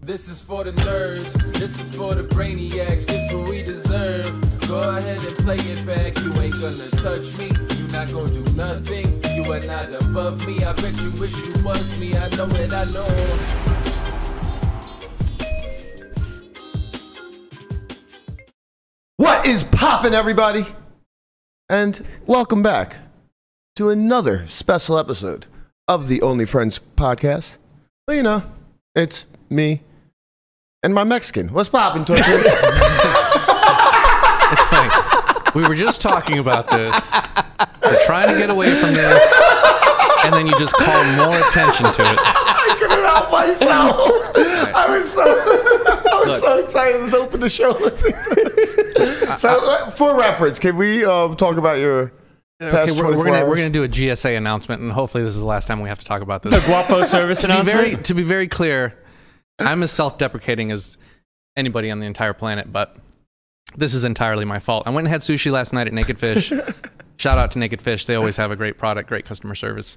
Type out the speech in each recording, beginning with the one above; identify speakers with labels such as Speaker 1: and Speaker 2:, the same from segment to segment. Speaker 1: This is for the nerds. This is for the brainiacs. This what we deserve. Go ahead and play it back. You ain't gonna touch me. You not gonna do nothing. You are not above me. I bet you wish you was me. I know it. I know.
Speaker 2: What is poppin', everybody? And welcome back to another special episode of the Only Friends podcast. Well, you know, it's me and my Mexican. What's poppin', Torture?
Speaker 3: It's funny. We were just talking about this. We're trying to get away from this. And then you just call more attention to it.
Speaker 2: I couldn't help myself. I was so I was so excited to open the show. with this. so, uh, for reference, can we um, talk about your past
Speaker 3: Okay, we're, we're
Speaker 2: 24
Speaker 3: gonna
Speaker 2: hours?
Speaker 3: we're gonna do a GSA announcement, and hopefully this is the last time we have to talk about this.
Speaker 4: Guapo service
Speaker 3: to be
Speaker 4: announcement.
Speaker 3: very to be very clear, I'm as self-deprecating as anybody on the entire planet, but this is entirely my fault. I went and had sushi last night at Naked Fish. Shout out to Naked Fish; they always have a great product, great customer service.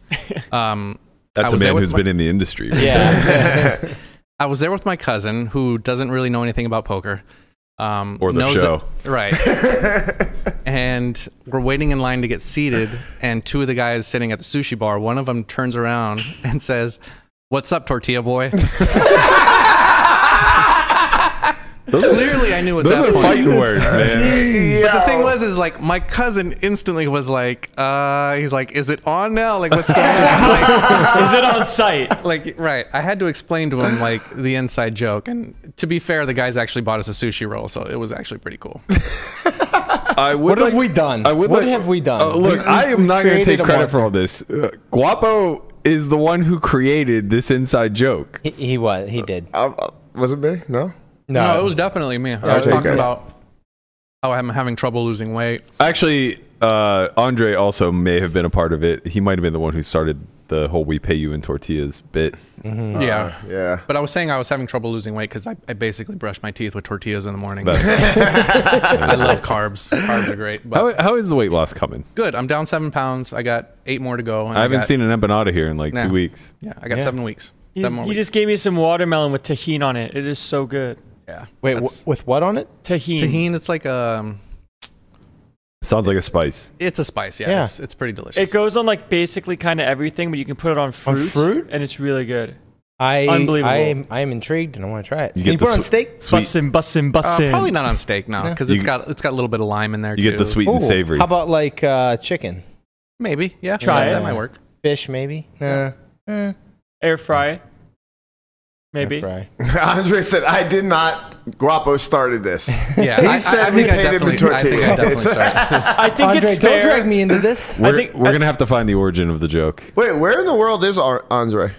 Speaker 3: Um, I
Speaker 5: That's a
Speaker 3: was there
Speaker 5: man
Speaker 3: with
Speaker 5: who's
Speaker 3: my-
Speaker 5: been in the industry. right?
Speaker 4: yeah.
Speaker 3: I was there with my cousin who doesn't really know anything about poker. Um,
Speaker 5: Or the
Speaker 3: knows
Speaker 5: show.
Speaker 3: that- right. and we're waiting in line to get seated, and two of the guys sitting at the sushi bar, one of them turns around and says, What's up, tortilla boy?
Speaker 5: Those are,
Speaker 3: Clearly, I knew at
Speaker 5: those
Speaker 3: that
Speaker 5: are
Speaker 3: point.
Speaker 5: fighting words, man.
Speaker 3: But the thing was, is like my cousin instantly was like, uh, he's like, is it on now? Like, what's going on?
Speaker 4: Is it on site?
Speaker 3: Like, like, right. I had to explain to him like the inside joke. And to be fair, the guys actually bought us a sushi roll, so it was actually pretty cool.
Speaker 5: I would
Speaker 6: What have
Speaker 5: like-
Speaker 6: we done?
Speaker 5: I would
Speaker 6: What
Speaker 5: like-
Speaker 6: have we done?
Speaker 5: Uh, look,
Speaker 6: We-
Speaker 5: I
Speaker 6: we
Speaker 5: am not going to
Speaker 6: created
Speaker 5: take
Speaker 6: a
Speaker 5: credit for all this. Uh, Guapo is the one who created this inside joke.
Speaker 6: He, he was. He did.
Speaker 2: Um, uh, was it me? No.
Speaker 3: No, it was definitely me. I was
Speaker 2: Okay,
Speaker 3: talking
Speaker 2: good.
Speaker 3: about how I'm having trouble losing weight.
Speaker 5: Actually, uh, Andre also may have been a part of it. He might have been the one who started the whole "we pay you in tortillas" bit.
Speaker 3: yeah.
Speaker 2: Yeah.
Speaker 3: But I was saying I was having trouble losing weight because I, I basically brush my teeth with tortillas in the morning. I love carbs. Carbs are great. But
Speaker 5: How, how is the weight loss coming?
Speaker 3: good. I'm down seven pounds. I got eight more to go. and
Speaker 5: I haven't
Speaker 3: got-
Speaker 5: seen an empanada here in like
Speaker 3: Nah.
Speaker 5: two weeks.
Speaker 3: Yeah, I got
Speaker 4: Yeah.
Speaker 3: seven weeks.
Speaker 4: You,
Speaker 3: seven more
Speaker 4: you
Speaker 3: weeks.
Speaker 4: just gave me some watermelon with tahine on it. It is so good.
Speaker 3: yeah.
Speaker 6: Wait,
Speaker 3: That's-
Speaker 6: wh- with what on it?
Speaker 4: Tahine.
Speaker 3: Tahine, it's like a,
Speaker 5: Sounds like a spice.
Speaker 3: it's a spice. Yeah,
Speaker 6: Yeah.
Speaker 3: It's, it's pretty delicious.
Speaker 4: It goes on like basically kind of everything, but you can put it on fruit.
Speaker 6: fruit?
Speaker 4: And it's really good.
Speaker 6: I
Speaker 4: Unbelievable.
Speaker 6: I am, I am intrigued and I want to try it.
Speaker 5: You get
Speaker 6: Can you put
Speaker 5: the
Speaker 6: it on
Speaker 5: swe-
Speaker 6: steak?
Speaker 5: Sweet.
Speaker 4: Bussin, bussin,
Speaker 3: uh,
Speaker 4: bussin.
Speaker 3: probably not on steak now because
Speaker 5: You-
Speaker 3: it's got it's got a little bit of lime in there.
Speaker 5: You get the
Speaker 3: too.
Speaker 5: sweet and
Speaker 6: Ooh,
Speaker 5: savory.
Speaker 6: How about like uh, chicken,
Speaker 3: Maybe. Yeah.
Speaker 4: Try
Speaker 3: yeah,
Speaker 4: it.
Speaker 3: That might work.
Speaker 6: fish, maybe? Nah. Eh,
Speaker 4: Air fry. Maybe.
Speaker 6: fry.
Speaker 2: Andre said, I did not. Guapo started this.
Speaker 3: Yeah.
Speaker 2: He
Speaker 3: I, I-
Speaker 2: said
Speaker 3: I,
Speaker 2: we
Speaker 3: think I
Speaker 2: paid him in
Speaker 3: definitely- I think I definitely
Speaker 2: tortillas.
Speaker 3: started this.
Speaker 4: I think
Speaker 6: Andre,
Speaker 4: it's fair.
Speaker 6: don't drag me into this.
Speaker 5: We're,
Speaker 4: think-
Speaker 5: we're
Speaker 4: I-
Speaker 5: gonna have to find the origin of the joke.
Speaker 2: Wait, where in the world is Ar- Andre?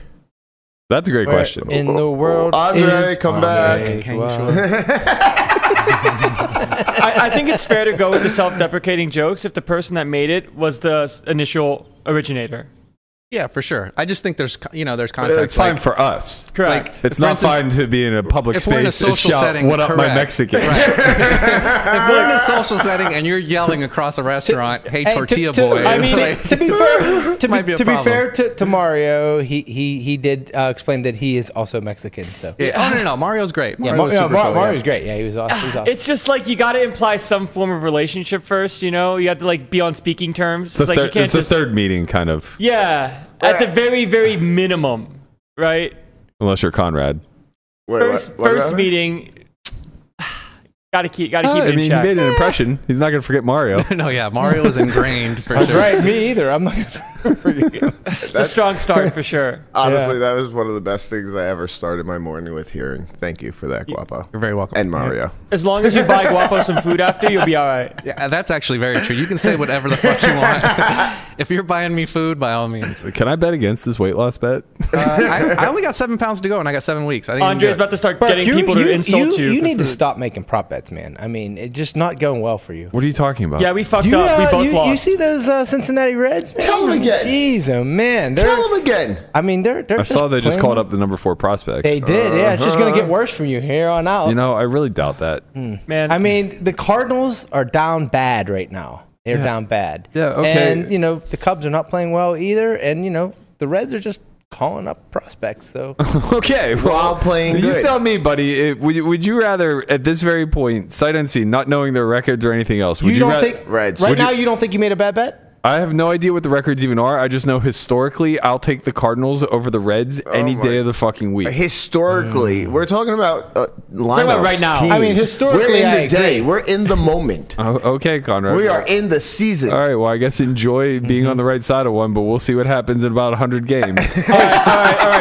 Speaker 5: That's a great
Speaker 6: Where
Speaker 5: question. Oh,
Speaker 6: In the world,
Speaker 2: Andre,
Speaker 6: is
Speaker 2: come
Speaker 6: Andre
Speaker 3: back.
Speaker 6: Joao.
Speaker 4: I, I think it's fair to go with the self-deprecating jokes if the person that made it was the s- initial originator.
Speaker 3: Yeah, for sure. I just think there's co- you know there's context.
Speaker 5: it's fine
Speaker 3: like-
Speaker 5: for us.
Speaker 4: Correct.
Speaker 3: Like-
Speaker 5: It's
Speaker 3: For
Speaker 5: not
Speaker 3: instance,
Speaker 5: fine to be in a public
Speaker 3: if
Speaker 5: space
Speaker 3: we're in a
Speaker 5: and
Speaker 3: social
Speaker 5: shout,
Speaker 3: setting,
Speaker 5: "What up, my
Speaker 3: correct.
Speaker 5: Mexican?"
Speaker 3: if we're in a social setting and you're yelling across a restaurant, "Hey,
Speaker 6: Hey, to-
Speaker 3: tortilla
Speaker 6: to-
Speaker 3: boy!"
Speaker 6: I
Speaker 3: it's
Speaker 6: mean,
Speaker 3: like-
Speaker 6: to be fair, to, be,
Speaker 3: Might be a
Speaker 6: to be
Speaker 3: problem.
Speaker 6: fair to, to Mario, he he he did uh, explain that he is also Mexican. So
Speaker 3: Yeah. Oh no, no, no, Mario's great.
Speaker 6: Yeah,
Speaker 3: Mario's
Speaker 6: Mar- yeah,
Speaker 3: super
Speaker 6: Mar-
Speaker 3: cool,
Speaker 6: Mario's
Speaker 3: yeah.
Speaker 6: great. Yeah, he was awesome. He was awesome.
Speaker 4: It's just like you got to imply some form of relationship first, you know? You have to like be on speaking terms.
Speaker 5: It's,
Speaker 4: It's
Speaker 5: the
Speaker 4: like you
Speaker 5: third,
Speaker 4: can't
Speaker 5: it's the
Speaker 4: just
Speaker 5: third meeting, kind of.
Speaker 4: Yeah, at the very very minimum, right?
Speaker 5: Unless you're Conrad.
Speaker 2: Wait,
Speaker 4: First
Speaker 2: what- what
Speaker 4: first
Speaker 2: about-
Speaker 4: meeting got to keep got to keep
Speaker 5: I
Speaker 4: it in
Speaker 5: mean, he
Speaker 4: check.
Speaker 5: made an impression. He's not gonna forget Mario.
Speaker 3: no, yeah, Mario is ingrained for
Speaker 6: That's
Speaker 3: sure.
Speaker 6: right, me either. I'm not.
Speaker 4: It's a strong start for sure.
Speaker 2: Honestly, that was one of the best things I ever started my morning with hearing. Thank you for that, Guapo.
Speaker 3: You're very welcome.
Speaker 2: And Mario.
Speaker 4: As long as you buy Guapo some food after, you'll be all right.
Speaker 3: Yeah, that's actually very true. You can say whatever the fuck you want. if you're buying me food, by all means. Uh,
Speaker 5: Can I bet against this weight loss bet?
Speaker 3: I, I only got seven pounds to go, and I got seven weeks. I think
Speaker 4: Andre's
Speaker 3: Andre's
Speaker 4: about to start getting
Speaker 6: You-
Speaker 4: people
Speaker 6: you-
Speaker 4: to insult
Speaker 6: You,
Speaker 4: you.
Speaker 6: you
Speaker 4: for
Speaker 6: need to
Speaker 4: food.
Speaker 6: stop making prop bets, man. I mean, it's just not going well for you.
Speaker 5: What are you talking about?
Speaker 4: Yeah, we fucked
Speaker 6: You,
Speaker 4: up. we
Speaker 6: uh,
Speaker 4: both
Speaker 6: you,
Speaker 4: lost.
Speaker 6: you see those uh, Cincinnati Reds? Man?
Speaker 2: Tell 'em again.
Speaker 6: Jeez, oh man. They're,
Speaker 2: Tell him again.
Speaker 6: I mean, they're. they're
Speaker 5: I saw they just
Speaker 6: plain-
Speaker 5: called up the number four prospect.
Speaker 6: They did. Yeah, it's just gonna get worse from you here on out.
Speaker 5: you know, I really doubt that.
Speaker 4: man.
Speaker 6: I mean, the Cardinals are down bad right now. They're down bad.
Speaker 5: Yeah, okay.
Speaker 6: And you know, the Cubs are not playing well either. And you know, the Reds are just calling up prospects. So
Speaker 5: Okay, well,
Speaker 2: While playing
Speaker 5: You
Speaker 2: great.
Speaker 5: tell me, buddy. It, would, you- would you rather, at this very point, sight unseen, not knowing their records or anything else? Would
Speaker 6: you,
Speaker 5: you,
Speaker 6: don't
Speaker 5: ra-
Speaker 6: think
Speaker 2: Right.
Speaker 6: right
Speaker 2: Would
Speaker 6: now you, don't think you made a bad bet?
Speaker 5: I have no idea what the records even are. I just know historically, I'll take the Cardinals over the Reds any
Speaker 2: Oh my-
Speaker 5: day of the fucking week.
Speaker 2: Historically, we're talking about uh, lineups.
Speaker 4: about right now.
Speaker 2: teams.
Speaker 6: I mean, historically,
Speaker 2: we're in the
Speaker 6: I
Speaker 2: day.
Speaker 6: agree.
Speaker 2: We're in the moment.
Speaker 5: Oh, okay, Conrad.
Speaker 2: we are in the season.
Speaker 5: All right. Well, I guess enjoy being on the right side of one, but we'll see what happens in about 100 games.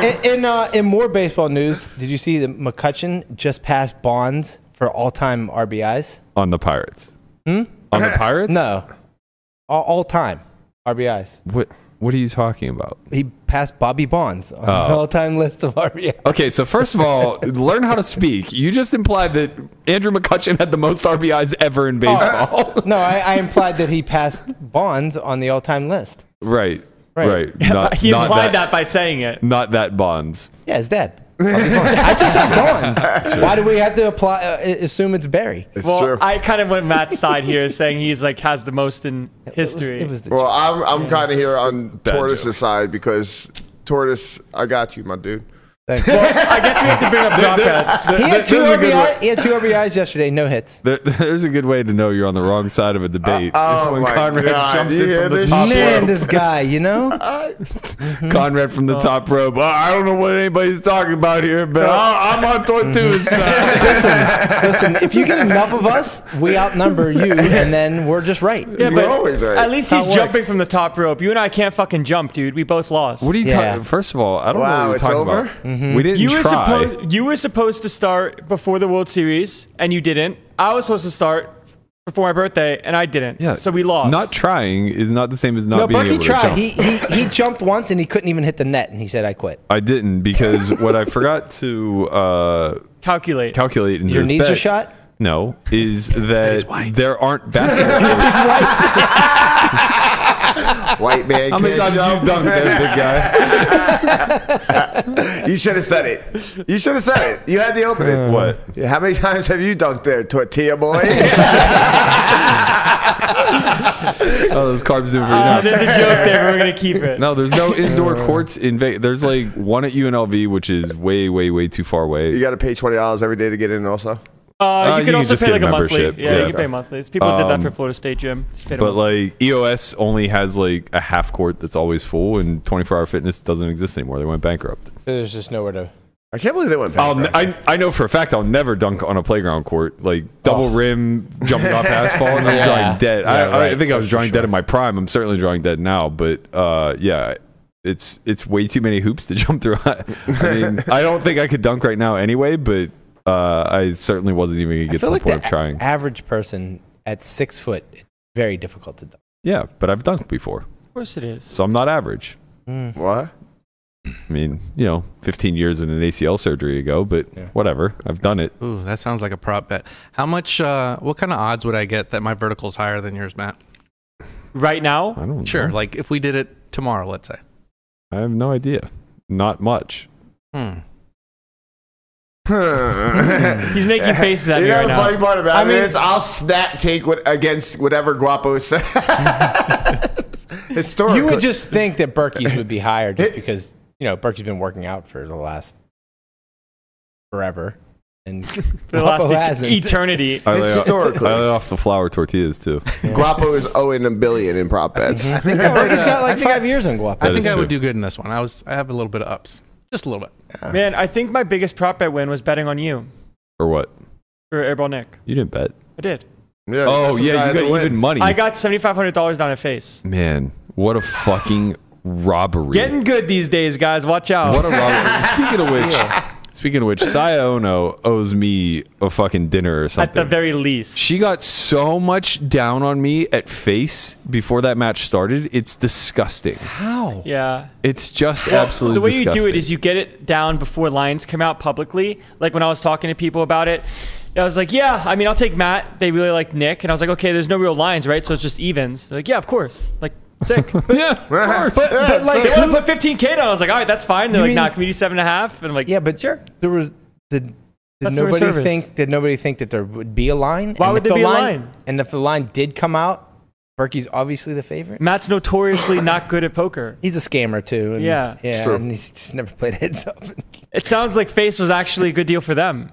Speaker 6: In in, uh, in more baseball news, did you see that McCutcheon just passed Bonds for all-time RBIs?
Speaker 5: on the Pirates. Hmm? On the Pirates?
Speaker 6: No, all, all-time RBIs.
Speaker 5: What What are you talking about?
Speaker 6: He passed Bobby Bonds on the
Speaker 5: Oh.
Speaker 6: all-time list of RBIs.
Speaker 5: Okay, so first of all, learn how to speak. You just implied that Andrew McCutcheon had the most RBIs ever
Speaker 2: Oh.
Speaker 5: in baseball.
Speaker 6: No, I, I implied that he passed Bonds on the all-time list.
Speaker 5: right. Right.
Speaker 6: Right.
Speaker 5: Not,
Speaker 4: he
Speaker 5: not
Speaker 4: implied that by saying it.
Speaker 5: Not that Bonds.
Speaker 6: Yeah, his dad. I just said Bonds. Why do we have to apply? Uh, assume it's Barry.
Speaker 2: It's
Speaker 4: Well,
Speaker 2: true.
Speaker 4: I kind of went Matt's side here, saying he's like has the most in history.
Speaker 6: It was the
Speaker 2: well, I'm, I'm kind of here on
Speaker 5: Bad
Speaker 2: Tortoise's
Speaker 5: joke.
Speaker 2: side because Tortoise, I got you, my dude.
Speaker 4: well, I guess we have to bring up dropouts.
Speaker 6: He had
Speaker 5: Th-
Speaker 6: two
Speaker 5: there's a good
Speaker 6: RBI. He had two RBIs yesterday. No hits.
Speaker 5: There, there's a good way to know you're on the wrong side of a debate.
Speaker 2: Uh,
Speaker 5: It's
Speaker 2: oh
Speaker 5: when
Speaker 2: my
Speaker 5: Conrad
Speaker 2: God,
Speaker 5: jumps
Speaker 2: you
Speaker 5: in
Speaker 2: hear
Speaker 5: from the
Speaker 2: this
Speaker 5: top
Speaker 2: shit?
Speaker 6: Man,
Speaker 5: rope.
Speaker 6: this guy, you know.
Speaker 5: Conrad from the top rope. "Oh, I don't know what anybody's talking about here, but
Speaker 2: Oh.
Speaker 5: i I'm on Tortuga's side.
Speaker 6: Listen, if you get enough of us, we outnumber you, and then we're just right.
Speaker 4: Yeah,
Speaker 2: You're
Speaker 4: but
Speaker 2: always right.
Speaker 4: At least
Speaker 6: How
Speaker 4: he's
Speaker 6: it
Speaker 4: jumping
Speaker 6: works.
Speaker 4: from the top rope. You and I can't fucking jump, dude. We both lost.
Speaker 5: What are you
Speaker 6: Yeah.
Speaker 5: talking? First of all, I don't
Speaker 2: Wow,
Speaker 5: know what
Speaker 2: it's
Speaker 5: you're talking
Speaker 2: over?
Speaker 5: about. We didn't
Speaker 4: You were
Speaker 5: try.
Speaker 4: supposed you were supposed to start before the World Series, and you didn't. I was supposed to start before my birthday, and I didn't.
Speaker 5: yeah,
Speaker 4: So we lost.
Speaker 5: Not trying is not the same as not
Speaker 6: No,
Speaker 5: being
Speaker 6: Berkey
Speaker 5: able to
Speaker 6: tried.
Speaker 5: jump.
Speaker 6: He, he he jumped once, and he couldn't even hit the net, and he said, "I quit."
Speaker 5: I didn't because what I forgot to uh,
Speaker 4: calculate.
Speaker 5: calculate in
Speaker 6: Your
Speaker 5: this
Speaker 6: knees
Speaker 5: bet-
Speaker 6: are shot.
Speaker 5: No, is that
Speaker 3: white.
Speaker 5: there aren't basketball players.
Speaker 2: White man
Speaker 5: How many
Speaker 2: can't
Speaker 5: times
Speaker 2: jump.
Speaker 5: you dunked there, big guy?
Speaker 2: You should have said it. You should have said it. You had the opening.
Speaker 5: What?
Speaker 2: Yeah, How many times have you dunked there, tortilla boy?
Speaker 5: Oh, those carbs doing for you.
Speaker 4: Uh, there's a joke there, but we're gonna keep it.
Speaker 5: No, there's no indoor courts in Vegas. There's like one at UNLV, which is way, way, way too far away.
Speaker 2: you got to pay twenty dollars every day to get in. Also,
Speaker 4: Uh,
Speaker 5: you
Speaker 4: you
Speaker 5: can
Speaker 4: can also
Speaker 5: just
Speaker 4: pay
Speaker 5: get
Speaker 4: like
Speaker 5: a
Speaker 4: a monthly. Yeah,
Speaker 5: membership. Yeah. Um,
Speaker 4: you can pay monthly. People did that for Florida State Gym. Just paid a
Speaker 5: But
Speaker 4: month.
Speaker 5: like EOS only has like a half court that's always full, and 24 Hour Fitness doesn't exist anymore. They went bankrupt.
Speaker 6: There's just nowhere to.
Speaker 2: I can't believe they went.
Speaker 5: I'll,
Speaker 2: bankrupt.
Speaker 5: I, I know for a fact I'll never dunk on a playground court, like double rim, jumping off asphalt, and I'm
Speaker 6: Oh. Yeah.
Speaker 5: drawing dead. I,
Speaker 6: Yeah,
Speaker 5: I,
Speaker 6: right,
Speaker 5: think I was
Speaker 6: for
Speaker 5: drawing
Speaker 6: sure.
Speaker 5: dead in my prime. I'm certainly drawing dead now, but uh, yeah, it's it's way too many hoops to jump through. I mean, I don't think I could dunk right now anyway, but uh, I certainly wasn't even going to
Speaker 6: I
Speaker 5: get to
Speaker 6: feel
Speaker 5: the
Speaker 6: like
Speaker 5: point
Speaker 6: the
Speaker 5: of trying.
Speaker 6: a- average person at six foot, it's very difficult to. do.
Speaker 5: yeah, but I've dunked before,
Speaker 4: of course it is.
Speaker 5: so I'm not average.
Speaker 2: what?
Speaker 5: I mean, you know, 15 years and an ACL surgery ago, but
Speaker 6: Yeah.
Speaker 5: whatever. I've done it.
Speaker 3: Ooh, that sounds like a prop bet. How much? Uh, what kind of odds would I get that my vertical's higher than yours, Matt?
Speaker 4: Right
Speaker 5: I
Speaker 4: now,
Speaker 5: don't
Speaker 3: Sure.
Speaker 5: know.
Speaker 3: Like if we did it tomorrow, let's say.
Speaker 5: I have no idea. Not much.
Speaker 3: Hmm.
Speaker 4: he's making faces at
Speaker 2: you
Speaker 4: me
Speaker 2: know
Speaker 4: right
Speaker 2: the
Speaker 4: now.
Speaker 2: funny part about
Speaker 4: I
Speaker 2: it
Speaker 4: mean-
Speaker 2: is I'll snap take what against whatever Guapo says. Historically,
Speaker 6: You would just think that Berkey's would be higher just because, you know, Berkey's been working out for the last forever. And
Speaker 4: for the
Speaker 6: Guapo
Speaker 4: last
Speaker 6: hasn't.
Speaker 4: e- eternity.
Speaker 5: I lay, off,
Speaker 2: Historically.
Speaker 5: I lay off the flour tortillas too.
Speaker 2: Guapo is owing a billion in prop bets.
Speaker 6: Berkey's got like
Speaker 3: I think I-
Speaker 6: five years on Guapo.
Speaker 5: That
Speaker 3: I think
Speaker 5: is
Speaker 3: I would do
Speaker 5: true.
Speaker 3: good in this one. I was. I have a little bit of ups, just a little bit.
Speaker 4: Man, I think my biggest prop bet win was betting on you
Speaker 5: Or what?
Speaker 4: for Airball Nick.
Speaker 5: You didn't bet.
Speaker 4: I did.
Speaker 2: Yeah,
Speaker 5: Oh
Speaker 2: that's the guy
Speaker 5: yeah, you
Speaker 2: that
Speaker 5: got
Speaker 2: win.
Speaker 5: even money.
Speaker 4: I got seventy five hundred dollars down in face.
Speaker 5: Man, what a fucking robbery!
Speaker 4: Getting good these days, guys. Watch out.
Speaker 5: what a robbery! speaking of which, speaking of which, Saya Ono owes me a fucking dinner or
Speaker 4: At
Speaker 5: something.
Speaker 4: the very least.
Speaker 5: she got so much down on me at face before that match started. It's disgusting.
Speaker 4: Yeah.
Speaker 5: It's just absolutely
Speaker 4: the way
Speaker 5: disgusting.
Speaker 4: you do it is you get it down before lines come out publicly. Like when I was talking to people about it, I was like, yeah, I mean, I'll take Matt. They really like Nick. And I was like, okay, there's no real lines, right? So it's just evens. They're like, yeah, of course. Like, sick. they
Speaker 5: yeah, of course.
Speaker 2: Yeah,
Speaker 4: want
Speaker 2: so-
Speaker 4: to put 15K down. I was like, all right, that's fine. They're
Speaker 6: You
Speaker 4: like,
Speaker 6: mean-
Speaker 4: nah, community seven and a half. And I'm like,
Speaker 6: yeah, but sure. There was did, did
Speaker 4: That's their
Speaker 6: nobody
Speaker 4: service.
Speaker 6: think did nobody think that there would be a line?
Speaker 4: Why would
Speaker 6: if
Speaker 4: there
Speaker 6: the
Speaker 4: be a line?
Speaker 6: And if the line did come out Berkey's obviously the favorite.
Speaker 4: Matt's notoriously not good at poker.
Speaker 6: He's a scammer too. and-
Speaker 4: Yeah.
Speaker 6: yeah,
Speaker 2: It's true.
Speaker 6: and he's just never played heads up.
Speaker 4: It sounds like face was actually a good deal for them.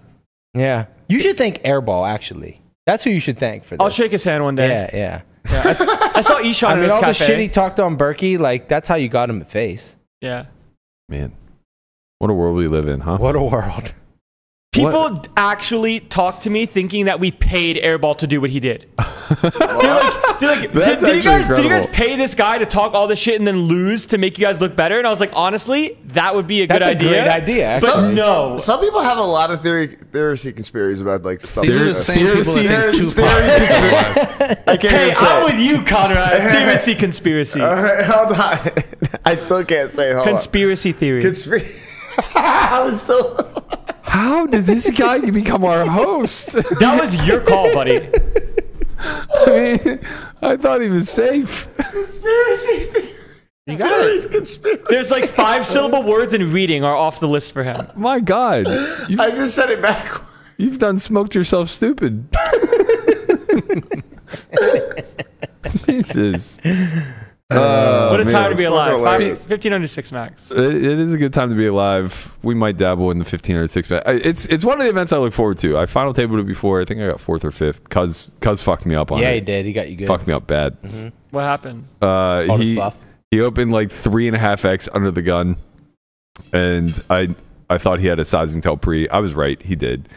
Speaker 6: yeah, you should thank Airball. Actually, that's who you should thank for this.
Speaker 4: I'll shake his hand one day.
Speaker 6: Yeah, yeah.
Speaker 4: I saw Eshawn
Speaker 6: I
Speaker 4: at
Speaker 6: mean,
Speaker 4: his
Speaker 6: all
Speaker 4: cafe.
Speaker 6: the shit he talked on Berkey, like that's how you got him a face.
Speaker 4: yeah.
Speaker 5: Man, what a world we live in, huh?
Speaker 6: What a world.
Speaker 4: People d- actually talk to me thinking that we paid Airball to do what he did. they're like, they're like, did,
Speaker 5: That's actually
Speaker 4: did you guys, did you guys
Speaker 5: incredible.
Speaker 4: pay this guy to talk all this shit and then lose to make you guys look better? And I was like, honestly, that would be a good
Speaker 6: That's a
Speaker 4: idea.
Speaker 6: great idea,
Speaker 4: But
Speaker 6: actually.
Speaker 4: no.
Speaker 2: Some people have a lot of theory, theory conspiracies about like stuff.
Speaker 3: These are the
Speaker 2: like
Speaker 3: same people that
Speaker 2: Theory-
Speaker 3: think Tupac
Speaker 2: theory-
Speaker 3: is still alive.
Speaker 2: I can't
Speaker 4: Hey,
Speaker 2: even say.
Speaker 4: I'm
Speaker 2: it.
Speaker 4: with you, Conrad. Conspiracy, conspiracy.
Speaker 2: All right, hold on. I still can't say. it. Hold
Speaker 4: Conspiracy theory.
Speaker 2: on. Conspiracy. I was still.
Speaker 5: How did this guy become our host?
Speaker 4: that was your call, buddy.
Speaker 5: I mean, I thought he was safe.
Speaker 2: Conspiracy. theory-
Speaker 6: You got
Speaker 2: Theories,
Speaker 6: it.
Speaker 2: conspiracy.
Speaker 4: There's like five syllable words in reading are off the list for him.
Speaker 5: My God, you've,
Speaker 2: I just said it backwards.
Speaker 5: you've done smoked yourself stupid. Jesus, Oh,
Speaker 4: What a
Speaker 5: man.
Speaker 4: time to be
Speaker 2: Smoking
Speaker 4: alive. Five,
Speaker 2: hilarious.
Speaker 4: 1506 max.
Speaker 5: it, it is a good time to be alive. We might dabble in the fifteen or six pack. I- It's it's one of the events I look forward to. I final tabled it before. I think I got fourth or fifth. Cuz Cuz fucked me up on
Speaker 6: Yeah,
Speaker 5: it.
Speaker 6: he did. He got you good.
Speaker 5: Fucked me up bad.
Speaker 4: What happened?
Speaker 5: Uh,
Speaker 6: Called his
Speaker 5: he
Speaker 6: bluff.
Speaker 5: he opened like three and a half x under the gun, and I I thought he had a sizing tail pre. I was right, he did.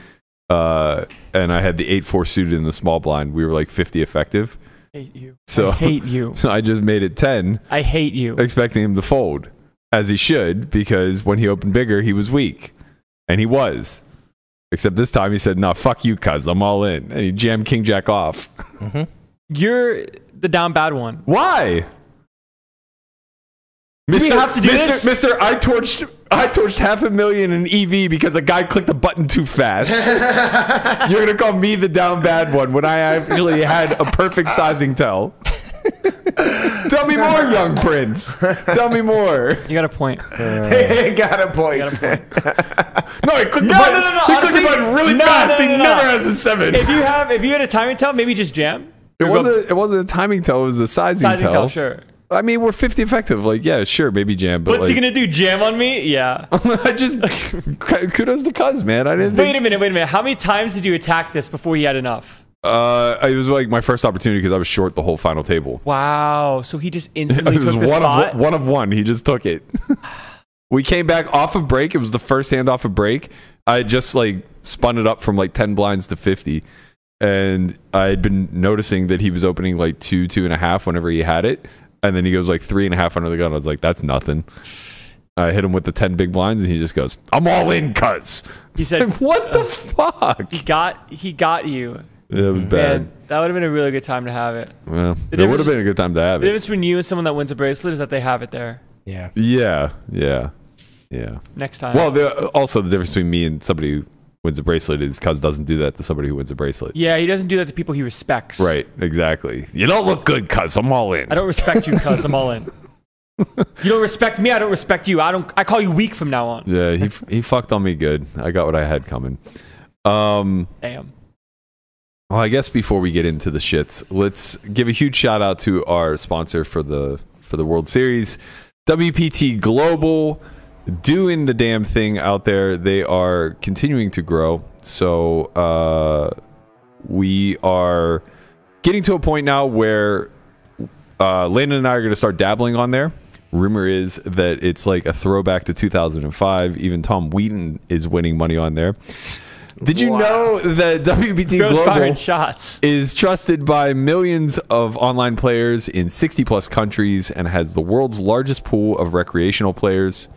Speaker 5: Uh, and I had the eight four suited in the small blind. We were like fifty effective,
Speaker 4: hate you.
Speaker 5: So-
Speaker 4: I hate you.
Speaker 5: so I just made it ten,
Speaker 4: I hate you.
Speaker 5: expecting him to fold as he should because when he opened bigger, he was weak, and he was. Except this time he said, "Nah, fuck you, cuz I'm all in," and he jammed king jack off.
Speaker 4: You're the down bad one.
Speaker 5: Why? Mr.
Speaker 4: we have to do
Speaker 5: Mr.
Speaker 4: this?
Speaker 5: Mr. I torched I torched half a million in EV because a guy clicked the button too fast. You're gonna call me the down bad one when I actually had a perfect sizing tell. Tell me more, young prince. Tell me more.
Speaker 4: You got a point.
Speaker 2: got a point.
Speaker 4: You got a point.
Speaker 5: No, he clicked the
Speaker 4: No,
Speaker 5: button.
Speaker 4: no, no, no,
Speaker 5: He clicked
Speaker 4: honestly,
Speaker 5: the button really
Speaker 4: no,
Speaker 5: fast.
Speaker 4: no, no,
Speaker 5: he
Speaker 4: no.
Speaker 5: never has a seven.
Speaker 4: if you have, if you had a timing tell, maybe just jam.
Speaker 5: it
Speaker 4: Or go
Speaker 5: wasn't. It wasn't a timing tell. It was a sizing,
Speaker 4: sizing tell,
Speaker 5: tell.
Speaker 4: sure.
Speaker 5: I mean, we're 50 effective. Like, yeah, sure, maybe jam. But
Speaker 4: What's he
Speaker 5: like-
Speaker 4: gonna do? Jam on me? Yeah.
Speaker 5: I just k- kudos to Cuz, man. I didn't
Speaker 4: Wait
Speaker 5: think
Speaker 4: a minute. Wait a minute. How many times did you attack this before he had enough?
Speaker 5: uh, it was like my first opportunity because I was short the whole final table.
Speaker 4: Wow. So he just
Speaker 5: It
Speaker 4: instantly
Speaker 5: was
Speaker 4: took the
Speaker 5: one
Speaker 4: spot.
Speaker 5: of one of one. He just took it. we came back off of break. It was the first hand off of break. I had just like spun it up from like ten blinds to fifty, and I had been noticing that he was opening like two, two and a half whenever he had it, and then he goes like three and a half under the gun. I was like, that's nothing. I hit him with the ten big blinds, and he just goes, "I'm all in, Cuz."
Speaker 4: He said,
Speaker 5: "What the fuck?"
Speaker 4: He got. He got you.
Speaker 5: It was bad.
Speaker 4: Man, that would have been a really good time to have it.
Speaker 5: Well, it would
Speaker 4: difference-
Speaker 5: have been a good time to have
Speaker 4: The
Speaker 5: it.
Speaker 4: difference between you and someone that wins a bracelet is that they have it there
Speaker 6: Yeah.
Speaker 5: Yeah, yeah, yeah.
Speaker 4: next time.
Speaker 5: Well, the, also the difference between me and somebody who wins a bracelet is Cuz doesn't do that to somebody who wins a bracelet.
Speaker 4: yeah, he doesn't do that to people he respects.
Speaker 5: Right, exactly. You don't look good, Cuz. I'm all in.
Speaker 4: I don't respect you, cuz I'm all in. You don't respect me. I don't respect you. I don't. I call you weak from now on.
Speaker 5: Yeah, he f- he fucked on me good. I got what I had coming. Um,
Speaker 4: Damn.
Speaker 5: well, I guess before we get into the shits, let's give a huge shout out to our sponsor for the for the World Series, WPT Global. doing the damn thing out there. They are continuing to grow. So uh, we are getting to a point now where uh, Landon and I are going to start dabbling on there. Rumor is that it's like a throwback to 2005. Even Tom Wheaton is winning money on there. Did you know that WPT
Speaker 4: Goes
Speaker 5: Global
Speaker 4: firing shots.
Speaker 5: is trusted by millions of online players in 60 plus countries and has the world's largest pool of recreational players.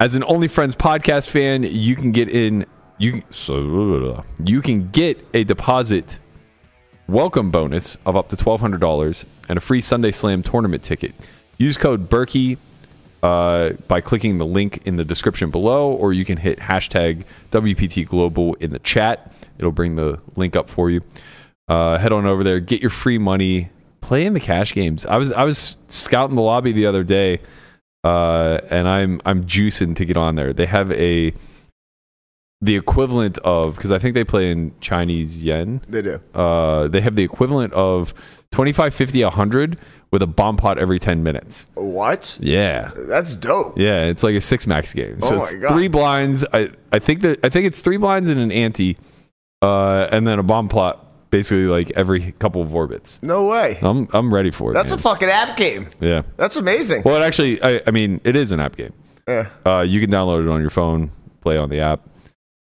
Speaker 5: As an Only Friends podcast fan, you can get in you so you can get a deposit welcome bonus of up to $1200 and a free Sunday Slam tournament ticket. Use code Berkey uh, by clicking the link in the description below, or you can hit hashtag WPT Global in the chat. It'll bring the link up for you. Uh, head on over there, get your free money, play in the cash games. I was I was scouting the lobby the other day, uh, and I'm I'm juicing to get on there. They have a the equivalent of because I think they play in Chinese yen
Speaker 2: They do.
Speaker 5: uh, they have the equivalent of 25, 50, 100 with a bomb pot every 10 minutes.
Speaker 2: What?
Speaker 5: Yeah.
Speaker 2: That's dope.
Speaker 5: Yeah, it's like a six max game. So
Speaker 2: Oh
Speaker 5: it's
Speaker 2: my God.
Speaker 5: three blinds. I, I think that I think it's three blinds and an ante, uh, and then a bomb plot basically like every couple of orbits.
Speaker 2: No way.
Speaker 5: I'm I'm ready for it.
Speaker 2: That's a
Speaker 5: man.
Speaker 2: fucking app game.
Speaker 5: yeah.
Speaker 2: That's amazing.
Speaker 5: Well, it actually, I, I mean, it is an app game.
Speaker 2: Yeah.
Speaker 5: Uh, you can download it on your phone, play on the app.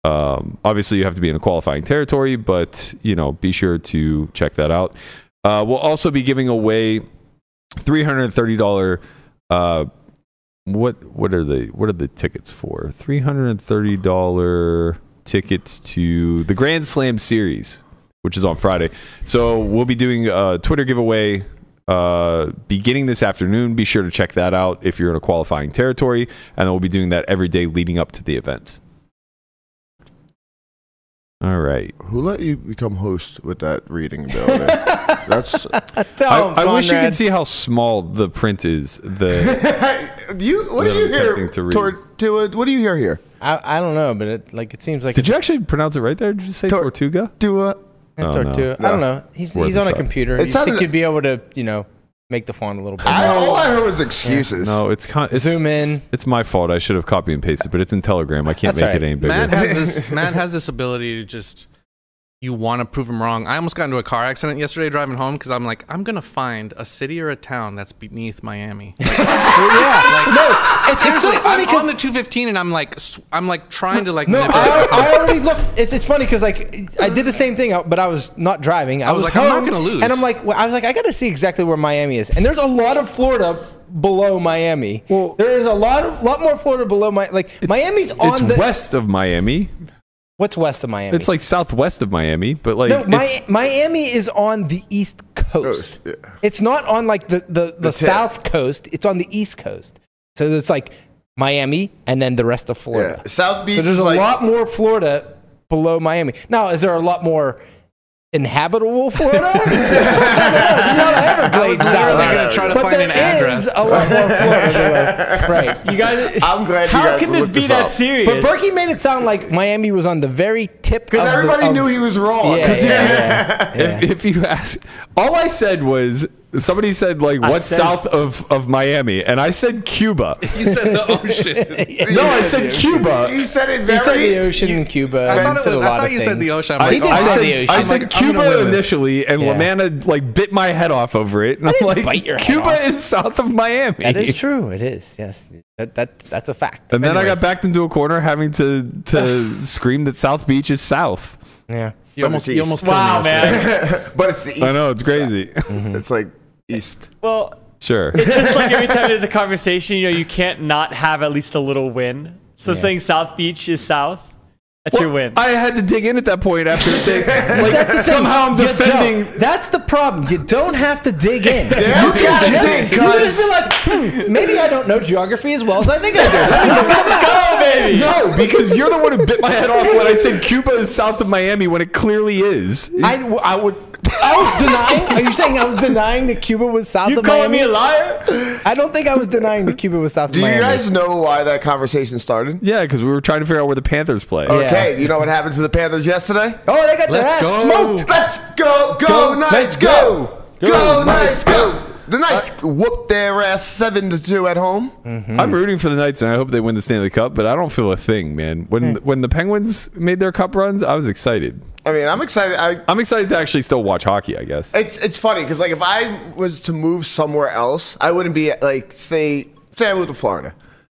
Speaker 5: Um, obviously, you have to be in a qualifying territory, but you know, be sure to check that out. Uh, we'll also be giving away three hundred and thirty dollar. Uh, what what are the what are the tickets for? Three hundred and thirty dollar tickets to the Grand Slam Series, which is on Friday. So we'll be doing a Twitter giveaway uh, beginning this afternoon. Be sure to check that out if you're in a qualifying territory, and then we'll be doing that every day leading up to the event. All right.
Speaker 2: Who let you become host with that reading ability? That's
Speaker 5: I,
Speaker 6: Tell him,
Speaker 5: I wish you
Speaker 6: Oh, Conrad.
Speaker 5: could see how small the print is. The
Speaker 2: do you. What do
Speaker 5: That
Speaker 2: you
Speaker 5: I'm
Speaker 2: hear?
Speaker 5: attempting to read.
Speaker 2: Tortua- what do you hear here?
Speaker 6: I, I don't know, but it, like it seems like
Speaker 5: did you actually pronounce it right there? Did you say
Speaker 2: Tor-
Speaker 5: Tortuga?
Speaker 2: Dua.
Speaker 6: a
Speaker 5: Oh, no.
Speaker 6: tortuga. I don't know. He's
Speaker 5: Worth
Speaker 6: he's
Speaker 5: a
Speaker 6: on a
Speaker 5: shot.
Speaker 6: computer.
Speaker 2: It
Speaker 6: you
Speaker 2: sounded-
Speaker 6: think you'd be able to you know make the font a little bit?
Speaker 2: I, all I heard was excuses.
Speaker 5: No, it's con- it's,
Speaker 6: Zoom in.
Speaker 5: It's my fault. I should have copy and pasted, but it's in Telegram. I can't
Speaker 6: That's
Speaker 5: make
Speaker 6: all
Speaker 5: it
Speaker 6: right.
Speaker 5: any bigger.
Speaker 3: Matt has this. Matt has this ability to just. You want to prove him wrong. I almost got into a car accident yesterday driving home because I'm like, I'm gonna find a city or a town that's beneath Miami.
Speaker 6: yeah. no, it's, it's so
Speaker 3: Seriously,
Speaker 6: funny
Speaker 3: I'm on
Speaker 6: because
Speaker 3: the 215 and I'm like, sw- I'm like trying to like.
Speaker 6: no,
Speaker 3: nip it.
Speaker 6: I, I already looked. It's, it's funny because like I did the same thing, uh, but I was not driving. I,
Speaker 3: was like, I'm
Speaker 6: home,
Speaker 3: not gonna lose.
Speaker 6: And I'm like, well, I was like, I gotta see exactly where Miami is, and there's a lot of Florida below Miami.
Speaker 5: Well-
Speaker 6: there is a lot of lot more Florida below my like Miami's on
Speaker 5: it's
Speaker 6: the
Speaker 5: west of Miami.
Speaker 6: what's west of Miami.
Speaker 5: It's like southwest of Miami, but like
Speaker 6: No, Mi-
Speaker 5: it's,
Speaker 6: Miami is on the East Coast.
Speaker 2: Coast, Oh, yeah.
Speaker 6: It's not on like the, the, the,
Speaker 2: The tip.
Speaker 6: South Coast. It's on the East Coast. So it's like Miami and then the rest of Florida.
Speaker 2: Yeah. South Beach
Speaker 6: So there's
Speaker 2: is
Speaker 6: a
Speaker 2: like
Speaker 6: lot more Florida below Miami. Now, is there a lot more inhabitable Florida? I don't know.
Speaker 3: I was
Speaker 6: It's not Everglades down
Speaker 3: literally
Speaker 2: no,
Speaker 6: there.
Speaker 3: gonna
Speaker 2: no,
Speaker 3: try to
Speaker 6: But
Speaker 3: find
Speaker 6: there
Speaker 3: an address.
Speaker 6: is a lot more Florida below. Right. You guys.
Speaker 2: I'm glad you
Speaker 4: How
Speaker 2: guys
Speaker 4: can this
Speaker 2: looked
Speaker 4: be
Speaker 2: this
Speaker 4: that
Speaker 2: up.
Speaker 4: serious?
Speaker 6: But Berkey made it sound like Miami was on the very tip.
Speaker 2: Because
Speaker 6: of the-
Speaker 2: everybody
Speaker 6: of-
Speaker 2: knew he was wrong.
Speaker 6: Yeah, yeah, yeah, yeah.
Speaker 5: if, if you ask, all I said was somebody said like
Speaker 4: I
Speaker 5: what's
Speaker 4: said-
Speaker 5: south of of Miami, and I said Cuba.
Speaker 3: you said "Oh, the ocean.
Speaker 5: no, I said Cuba.
Speaker 2: He said it very.
Speaker 6: He said the ocean in Cuba.
Speaker 3: I
Speaker 6: and
Speaker 3: thought, it
Speaker 6: said a
Speaker 3: was, I
Speaker 6: lot
Speaker 3: thought
Speaker 6: of
Speaker 3: you said the
Speaker 6: things.
Speaker 3: ocean. I'm
Speaker 5: I
Speaker 3: like,
Speaker 6: did
Speaker 3: oh,
Speaker 5: I
Speaker 6: say
Speaker 5: said,
Speaker 6: the ocean.
Speaker 5: I
Speaker 6: I'm
Speaker 5: said
Speaker 3: like, I'm gonna
Speaker 5: Cuba
Speaker 3: win this.
Speaker 5: initially, and
Speaker 6: Yeah.
Speaker 5: LaManna like bit my head off over it, and I'm
Speaker 6: didn't
Speaker 5: like,
Speaker 6: bite your head
Speaker 5: Cuba
Speaker 6: off.
Speaker 5: is south of Miami.
Speaker 6: That is true. It is. Yes. That, that that's a fact.
Speaker 5: And then I got
Speaker 6: Anyways.
Speaker 5: backed into a corner having to to scream that South Beach is south.
Speaker 6: Yeah.
Speaker 3: you almost, you almost killed
Speaker 4: Wow,
Speaker 3: me. yesterday.
Speaker 4: man.
Speaker 2: but it's the east.
Speaker 5: I know it's crazy.
Speaker 2: It's like east.
Speaker 4: well,
Speaker 5: sure.
Speaker 4: it's just like every time there's a conversation, you know, you can't not have at least a little win. So saying South Beach is South, that's your win.
Speaker 5: I had to dig in at that point after saying like
Speaker 6: That's the thing.
Speaker 5: somehow I'm
Speaker 6: You
Speaker 5: defending.
Speaker 6: don't. That's the problem. You don't have to dig in.
Speaker 2: Yeah,
Speaker 6: you
Speaker 2: gotta
Speaker 6: can just,
Speaker 2: dig,
Speaker 6: you can just
Speaker 2: guys.
Speaker 6: be like, hmm, maybe I don't know geography as well as I think I do.
Speaker 4: oh, baby.
Speaker 5: No, because you're the one who bit my head off when I said Cuba is south of Miami when it clearly is.
Speaker 6: I, I would. I was denying. Are you saying I was denying that Cuba was south
Speaker 4: You
Speaker 6: of
Speaker 4: calling
Speaker 6: Miami?
Speaker 4: me a liar?
Speaker 6: I don't think I was denying that Cuba was south
Speaker 2: Do
Speaker 6: of Miami.
Speaker 2: you guys know why that conversation started?
Speaker 5: Yeah, because we were trying to figure out where the Panthers play.
Speaker 6: Yeah.
Speaker 2: Okay, you know what happened to the Panthers yesterday?
Speaker 6: oh, they got their
Speaker 3: Let's
Speaker 6: ass
Speaker 3: go.
Speaker 6: smoked.
Speaker 2: Let's go, go,
Speaker 6: Go
Speaker 2: Knights,
Speaker 6: Knights,
Speaker 2: go, go,
Speaker 6: go. Go,
Speaker 2: Knights,
Speaker 6: Knights,
Speaker 2: go. The Knights
Speaker 5: Uh,
Speaker 2: whooped their ass seven to two at home.
Speaker 5: I'm rooting for the Knights and I hope they win the Stanley Cup, but I don't feel a thing, man. When when the Penguins made their cup runs, I was excited.
Speaker 2: I mean, I'm excited. I,
Speaker 5: I'm excited to actually still watch hockey, I guess.
Speaker 2: It's it's funny because like if I was to move somewhere else, I wouldn't be like say say I moved to Florida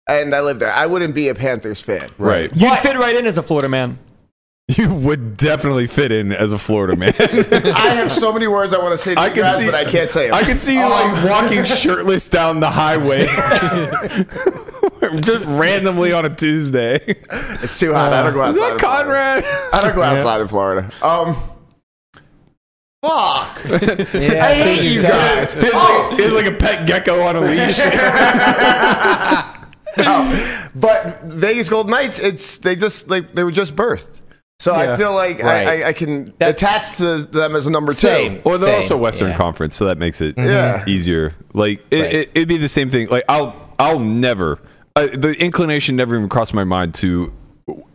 Speaker 2: and I lived there, I wouldn't be a Panthers fan.
Speaker 5: Right.
Speaker 4: You fit right in as a Florida man.
Speaker 5: You would definitely fit in as a Florida man.
Speaker 2: I have so many words I want to say to
Speaker 5: I
Speaker 2: you
Speaker 5: can
Speaker 2: guys,
Speaker 5: see,
Speaker 2: but I can't say Oh, Um, them.
Speaker 5: I can see you like walking shirtless down the highway, just randomly on a Tuesday. Is
Speaker 2: It's too hot. I don't go outside.
Speaker 5: that
Speaker 2: in Florida.
Speaker 5: Conrad?
Speaker 2: I don't go outside in Florida. Um, fuck.
Speaker 6: Yeah,
Speaker 2: I hate you guys.
Speaker 5: It's like, it's like a pet gecko on a leash.
Speaker 2: No. But Vegas Gold Knights, it's they just like they were just birthed. So I feel like I,
Speaker 6: Right.
Speaker 2: I, I can
Speaker 6: That's-
Speaker 2: attach to them as a number
Speaker 6: Same.
Speaker 2: two.
Speaker 5: Well, they're
Speaker 6: Same,
Speaker 5: also Western
Speaker 6: yeah.
Speaker 5: Conference, so that makes it
Speaker 2: Yeah.
Speaker 5: easier. Like it,
Speaker 6: Right.
Speaker 5: it, it'd be the same thing. Like I'll I'll never uh, the inclination never even crossed my mind to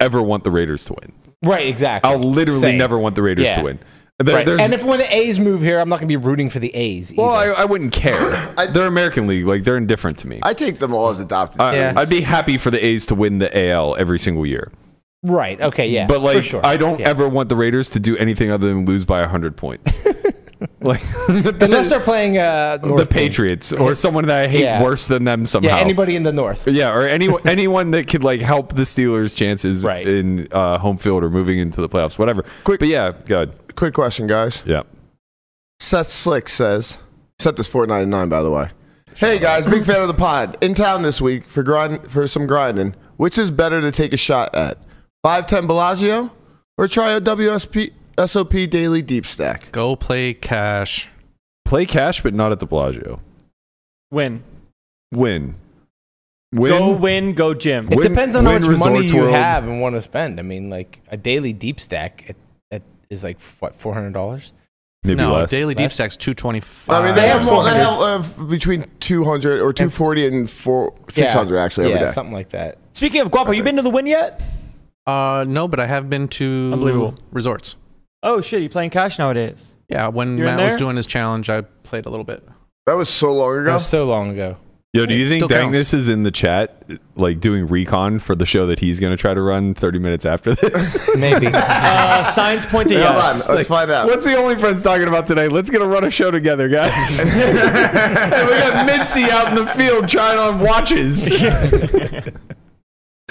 Speaker 5: ever want the Raiders to win.
Speaker 6: Right. Exactly.
Speaker 5: I'll literally never want the Raiders to
Speaker 6: Yeah.
Speaker 5: win. There-
Speaker 4: Right.
Speaker 5: there's-
Speaker 6: And if when the A's move here, I'm not going to be rooting for the A's. Either.
Speaker 5: well, I, I wouldn't care. they're American League. Like they're indifferent to me. I,
Speaker 2: I take them all as adopted.
Speaker 6: Yeah.
Speaker 5: I'd be happy for the A's to win the AL every single year.
Speaker 6: right. Okay. Yeah.
Speaker 5: but
Speaker 6: for
Speaker 5: like,
Speaker 6: sure.
Speaker 5: I don't
Speaker 6: Yeah.
Speaker 5: ever want the Raiders to do anything other than lose by hundred points. like
Speaker 6: unless they're playing uh,
Speaker 5: the
Speaker 6: North Pole.
Speaker 5: Patriots or someone that I hate
Speaker 6: Yeah.
Speaker 5: worse than them somehow.
Speaker 6: Yeah. Anybody in the North.
Speaker 5: Yeah, or any, anyone that could like help the Steelers' chances
Speaker 6: Right.
Speaker 5: in uh, home field or moving into the playoffs, whatever.
Speaker 2: Quick-
Speaker 5: but yeah, good.
Speaker 2: Quick question, guys.
Speaker 5: Yeah,
Speaker 2: Seth Slick says, Seth is four ninety nine, by the way. Hey guys, big fan of the pod. In town this week for grind for some grinding. Which is better to take a shot at? Five ten Bellagio or try a WSP SOP daily deep stack?
Speaker 3: Go play cash.
Speaker 5: play cash, but not at the Bellagio.
Speaker 4: Win.
Speaker 5: Win, win.
Speaker 4: Go win, go Jim.
Speaker 5: Win-
Speaker 6: it depends on how
Speaker 5: win
Speaker 6: much money
Speaker 5: Resorts
Speaker 6: you
Speaker 5: World.
Speaker 6: have and want to spend. I mean, like a daily deep stack it, it is like what four hundred dollars.
Speaker 5: Maybe
Speaker 3: no,
Speaker 5: less.
Speaker 3: daily deep
Speaker 6: Less?
Speaker 3: stacks two twenty five.
Speaker 2: I mean, they have,
Speaker 6: Uh,
Speaker 2: they have uh, between 200 or 240 and four, 600 actually
Speaker 6: yeah,
Speaker 2: every day.
Speaker 6: something like that.
Speaker 4: Speaking of Guapo, you been to the win yet?
Speaker 3: Uh, no, but I have been to
Speaker 4: Unbelievable.
Speaker 3: resorts.
Speaker 4: Oh shit, you playing cash nowadays?
Speaker 3: Yeah, when
Speaker 4: You're in
Speaker 3: Matt was
Speaker 4: there?
Speaker 3: doing his challenge, I played a little bit.
Speaker 2: That was so long
Speaker 6: That
Speaker 2: ago.
Speaker 6: was so long ago.
Speaker 5: Yo, do you
Speaker 3: It
Speaker 5: think
Speaker 3: still
Speaker 5: Dagnus is in the chat, like doing recon for the show that he's going to try to run thirty minutes after this?
Speaker 6: Maybe.
Speaker 4: Uh, signs point to
Speaker 2: Hold on,
Speaker 4: yes.
Speaker 2: let's find out.
Speaker 5: What's the only friends talking about today? Let's get to run a show together, guys. and we got Mincy out in the field trying on watches.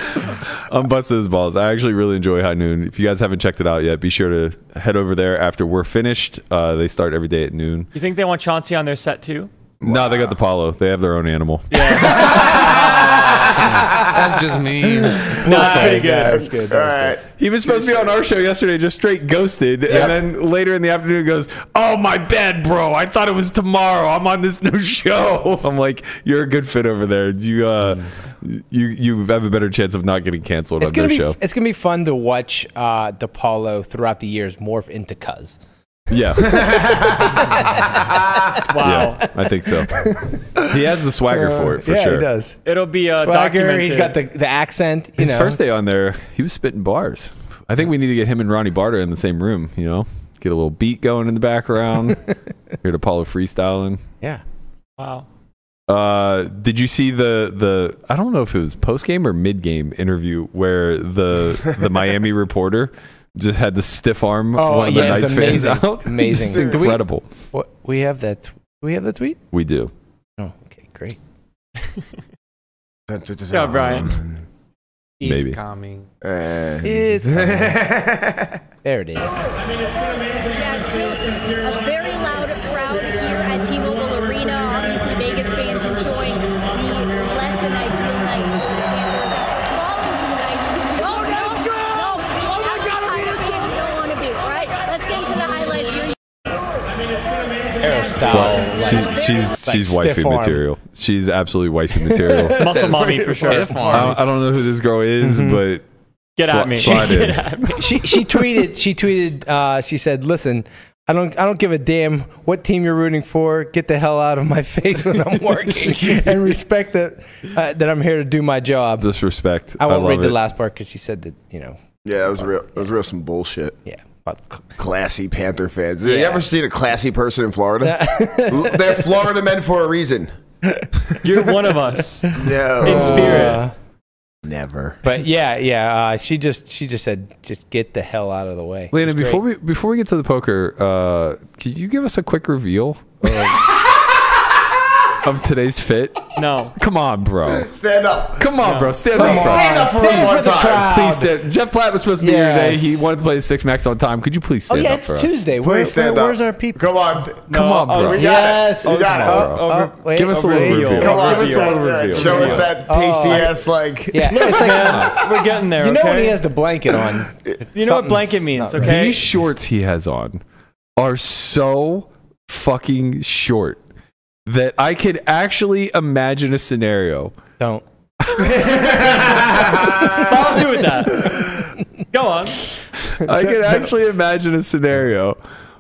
Speaker 5: I'm busting his balls. I actually really enjoy High Noon. If you guys haven't checked it out yet, be sure to head over there after we're finished. Uh, they start every day at noon.
Speaker 4: You think they want Chauncey on their set too?
Speaker 5: No, they got the Palo. They have their own animal.
Speaker 3: That's just me.
Speaker 4: No, that's pretty
Speaker 6: Yeah,
Speaker 4: good.
Speaker 6: that's good.
Speaker 2: All
Speaker 6: That was
Speaker 2: right.
Speaker 5: He was supposed to be on our show yesterday, just straight ghosted,
Speaker 6: Yep.
Speaker 5: and then later in the afternoon goes, "Oh my bad, bro! I thought it was tomorrow. I'm on this new show." I'm like, "You're a good fit over there. You, uh, you, you have a better chance of not getting canceled
Speaker 6: It's
Speaker 5: on
Speaker 6: gonna
Speaker 5: their
Speaker 6: be
Speaker 5: show."
Speaker 6: it's gonna be fun to watch uh, DePaulo throughout the years morph into Cuz.
Speaker 5: yeah,
Speaker 4: Wow.
Speaker 5: yeah, I think so. He has the swagger for it for
Speaker 6: yeah,
Speaker 5: sure.
Speaker 6: he does.
Speaker 4: It'll be uh,
Speaker 6: Swagger.
Speaker 4: documented.
Speaker 6: He's got the, the accent. You
Speaker 5: His
Speaker 6: know,
Speaker 5: first day
Speaker 6: it's-
Speaker 5: on there, he was spitting bars. I think we need to get him and Ronnie Barter in the same room. You know, get a little beat going in the background. Hear Apollo freestyling.
Speaker 6: Yeah.
Speaker 4: Wow.
Speaker 5: Uh, did you see the the I don't know if it was post game or mid game interview where the the Miami reporter just had the stiff arm one
Speaker 6: Oh,
Speaker 5: of
Speaker 6: yeah,
Speaker 5: the
Speaker 6: it was
Speaker 5: Knights fans
Speaker 6: amazing.
Speaker 5: out?
Speaker 6: Amazing.
Speaker 5: Just
Speaker 6: Dude, do we-
Speaker 5: incredible.
Speaker 6: What we have that. tw- Do we have that tweet?
Speaker 5: We do.
Speaker 6: Oh, okay, great.
Speaker 4: Yeah, Brian.
Speaker 3: He's
Speaker 5: Maybe.
Speaker 3: coming.
Speaker 2: And-
Speaker 6: It's there. It is.
Speaker 7: That's Jackson. A very loud crowd here at T-Mobile Arena. Obviously, Vegas fans enjoying the less than ideal night for the Panthers after falling to the Knights. No, no, no. That's the kind of game you don't want to be, right? Let's get into the highlights here.
Speaker 6: Aristotle.
Speaker 5: she,
Speaker 7: like-
Speaker 5: she's
Speaker 6: Oh, like
Speaker 5: she's
Speaker 6: stiff
Speaker 5: wifey
Speaker 6: arm.
Speaker 5: material. She's absolutely wifey material.
Speaker 4: Muscle mommy for sure.
Speaker 3: Stiff
Speaker 5: I,
Speaker 3: arm.
Speaker 5: don't, I don't know who this girl is,
Speaker 6: Mm-hmm.
Speaker 5: but
Speaker 4: Get
Speaker 5: sli-
Speaker 4: at me.
Speaker 5: slide in.
Speaker 4: Get at me.
Speaker 6: she she tweeted she tweeted uh, she said listen I don't I don't give a damn what team you're rooting for get the hell out of my face when I'm working and respect that uh, that I'm here to do my job
Speaker 5: disrespect.
Speaker 6: I won't
Speaker 5: love
Speaker 6: read the
Speaker 5: it.
Speaker 6: last part because she said that you know
Speaker 2: yeah, that was real. That was real some bullshit.
Speaker 6: yeah But
Speaker 2: Classy Panther fans. Have you
Speaker 6: Yeah.
Speaker 2: ever seen a classy person in Florida? L- They're Florida men for a reason.
Speaker 4: You're one of us in
Speaker 2: No,
Speaker 4: spirit.
Speaker 2: never.
Speaker 6: but yeah yeah uh, she just she just said just get the hell out of the way
Speaker 5: Lana, before we before we get to the poker, uh, could you give us a quick reveal of, of today's fit?
Speaker 4: No.
Speaker 5: Come on, bro.
Speaker 2: Stand up.
Speaker 5: Come on, bro. Stand up, bro.
Speaker 2: Stand up for
Speaker 6: Stand
Speaker 2: us
Speaker 6: for
Speaker 2: one
Speaker 6: the
Speaker 2: time.
Speaker 6: crowd.
Speaker 5: Please stand. Jeff Platt was supposed to be
Speaker 6: Yes.
Speaker 5: here today. He wanted to play six max on time. Could you please
Speaker 6: oh
Speaker 5: stand
Speaker 6: yeah
Speaker 5: up
Speaker 6: it's
Speaker 5: for us?
Speaker 6: Tuesday
Speaker 2: Please
Speaker 6: Where-
Speaker 2: stand
Speaker 6: where-
Speaker 2: up.
Speaker 6: where's our people
Speaker 2: Come on.
Speaker 5: Come on,
Speaker 4: oh,
Speaker 5: bro.
Speaker 4: we-
Speaker 6: yes
Speaker 2: You got it.
Speaker 6: Oh, oh,
Speaker 4: Over-
Speaker 6: wait,
Speaker 5: Uh, Give us a
Speaker 6: over
Speaker 5: little
Speaker 6: radio.
Speaker 5: reveal.
Speaker 2: Come on.
Speaker 5: Give us a little reveal.
Speaker 2: Show us
Speaker 5: Reveal.
Speaker 2: that tasty
Speaker 6: Oh, I-
Speaker 2: ass like.
Speaker 6: yeah it's like
Speaker 4: We're getting there.
Speaker 6: You know
Speaker 4: okay?
Speaker 6: when he has the blanket on.
Speaker 4: You know what
Speaker 6: Something's
Speaker 4: blanket means,
Speaker 6: not right.
Speaker 4: okay?
Speaker 5: These shorts he has on are so fucking short that I could actually imagine a scenario.
Speaker 6: Don't.
Speaker 4: Follow through with that. Go on.
Speaker 5: I could actually imagine a scenario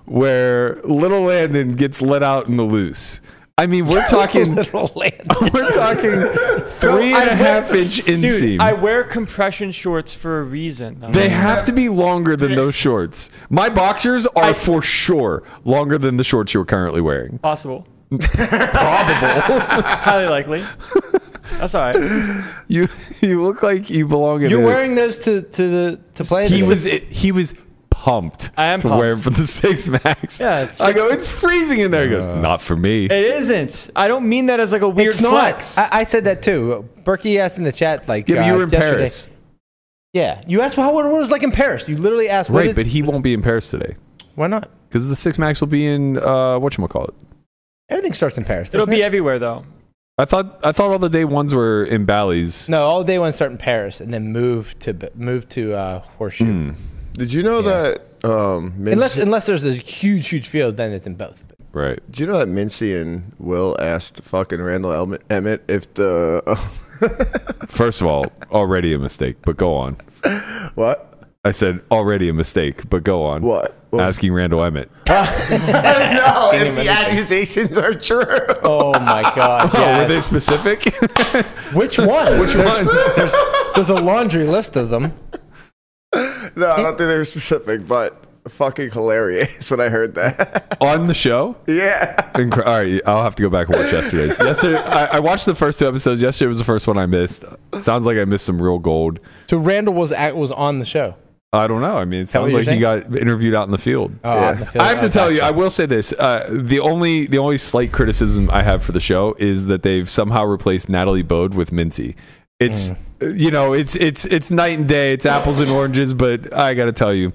Speaker 5: where little Landon gets let out in the loose I mean, we're talking
Speaker 6: Little land.
Speaker 5: we're talking three and a half inch inseam.
Speaker 4: Dude, I wear compression shorts for a reason. though.
Speaker 5: they have to be longer than those shorts. My boxers are for sure longer than the shorts you're currently wearing.
Speaker 4: Possible.
Speaker 5: Probable.
Speaker 4: Highly likely. That's all right.
Speaker 5: you you look like you belong in.
Speaker 6: You're
Speaker 5: a-
Speaker 6: wearing those to to the to play.
Speaker 5: He
Speaker 6: today.
Speaker 5: was he was pumped.
Speaker 4: I am
Speaker 5: to wear him
Speaker 4: pumped.
Speaker 5: for the six max.
Speaker 4: Yeah, it's-
Speaker 5: I go. It's freezing in there. He goes. Not for me.
Speaker 4: It isn't. I don't mean that as like a weird
Speaker 6: It's not.
Speaker 4: flex.
Speaker 6: I, I said that too. Berkey asked in the chat like
Speaker 5: yeah, but you
Speaker 6: uh,
Speaker 5: were in
Speaker 6: yesterday.
Speaker 5: Paris.
Speaker 6: Yeah, you asked well, what it was like in Paris. You literally asked what
Speaker 5: Right,
Speaker 6: it-
Speaker 5: but he won't be in Paris today
Speaker 6: why not?
Speaker 5: because the six max will be in uh, what call it.
Speaker 6: Everything starts in Paris.
Speaker 4: It'll
Speaker 6: doesn't
Speaker 4: be
Speaker 6: it?
Speaker 4: everywhere though.
Speaker 5: I thought I thought all the day ones were in Bally's.
Speaker 6: no all day one start in Paris and then move to B- move to uh, Horseshoe.
Speaker 2: Hmm. Did you know
Speaker 6: Yeah.
Speaker 2: that? Um, Mincy,
Speaker 6: Unless unless there's a huge huge field, then it's in both.
Speaker 5: Right.
Speaker 2: did you know that Mincy and Will asked fucking Randall Elm- Emmett if the
Speaker 5: First of all, already a mistake, but go on.
Speaker 2: what
Speaker 5: I said already a mistake, but go on.
Speaker 2: what? What?
Speaker 5: Asking Randall Emmett.
Speaker 2: no, if the accusations are true.
Speaker 6: Oh my God!
Speaker 5: Oh, were they
Speaker 6: yes.
Speaker 5: specific?
Speaker 6: Which ones? Which there's,
Speaker 2: ones?
Speaker 6: There's, there's a laundry list of them.
Speaker 2: No, I don't think they were specific, but fucking hilarious when I heard that.
Speaker 5: on the show?
Speaker 2: yeah.
Speaker 5: Incre- all right, I'll have to go back and watch yesterday's. Yesterday, I, I watched the first two episodes. Yesterday was the first one I missed. Sounds like I missed some real gold.
Speaker 6: So Randall was at, was on the show.
Speaker 5: I don't know. I mean, it sounds
Speaker 6: what
Speaker 5: like
Speaker 6: you're
Speaker 5: he got interviewed out in the field.
Speaker 6: Oh,
Speaker 2: Yeah.
Speaker 6: on the field.
Speaker 5: I have to
Speaker 6: Oh,
Speaker 5: tell you,
Speaker 6: gotcha.
Speaker 5: I will say this: uh, the only the only slight criticism I have for the show is that they've somehow replaced Natalie Bode with Minty. It's you know, it's it's it's night and day. It's apples and oranges. But I got to tell you,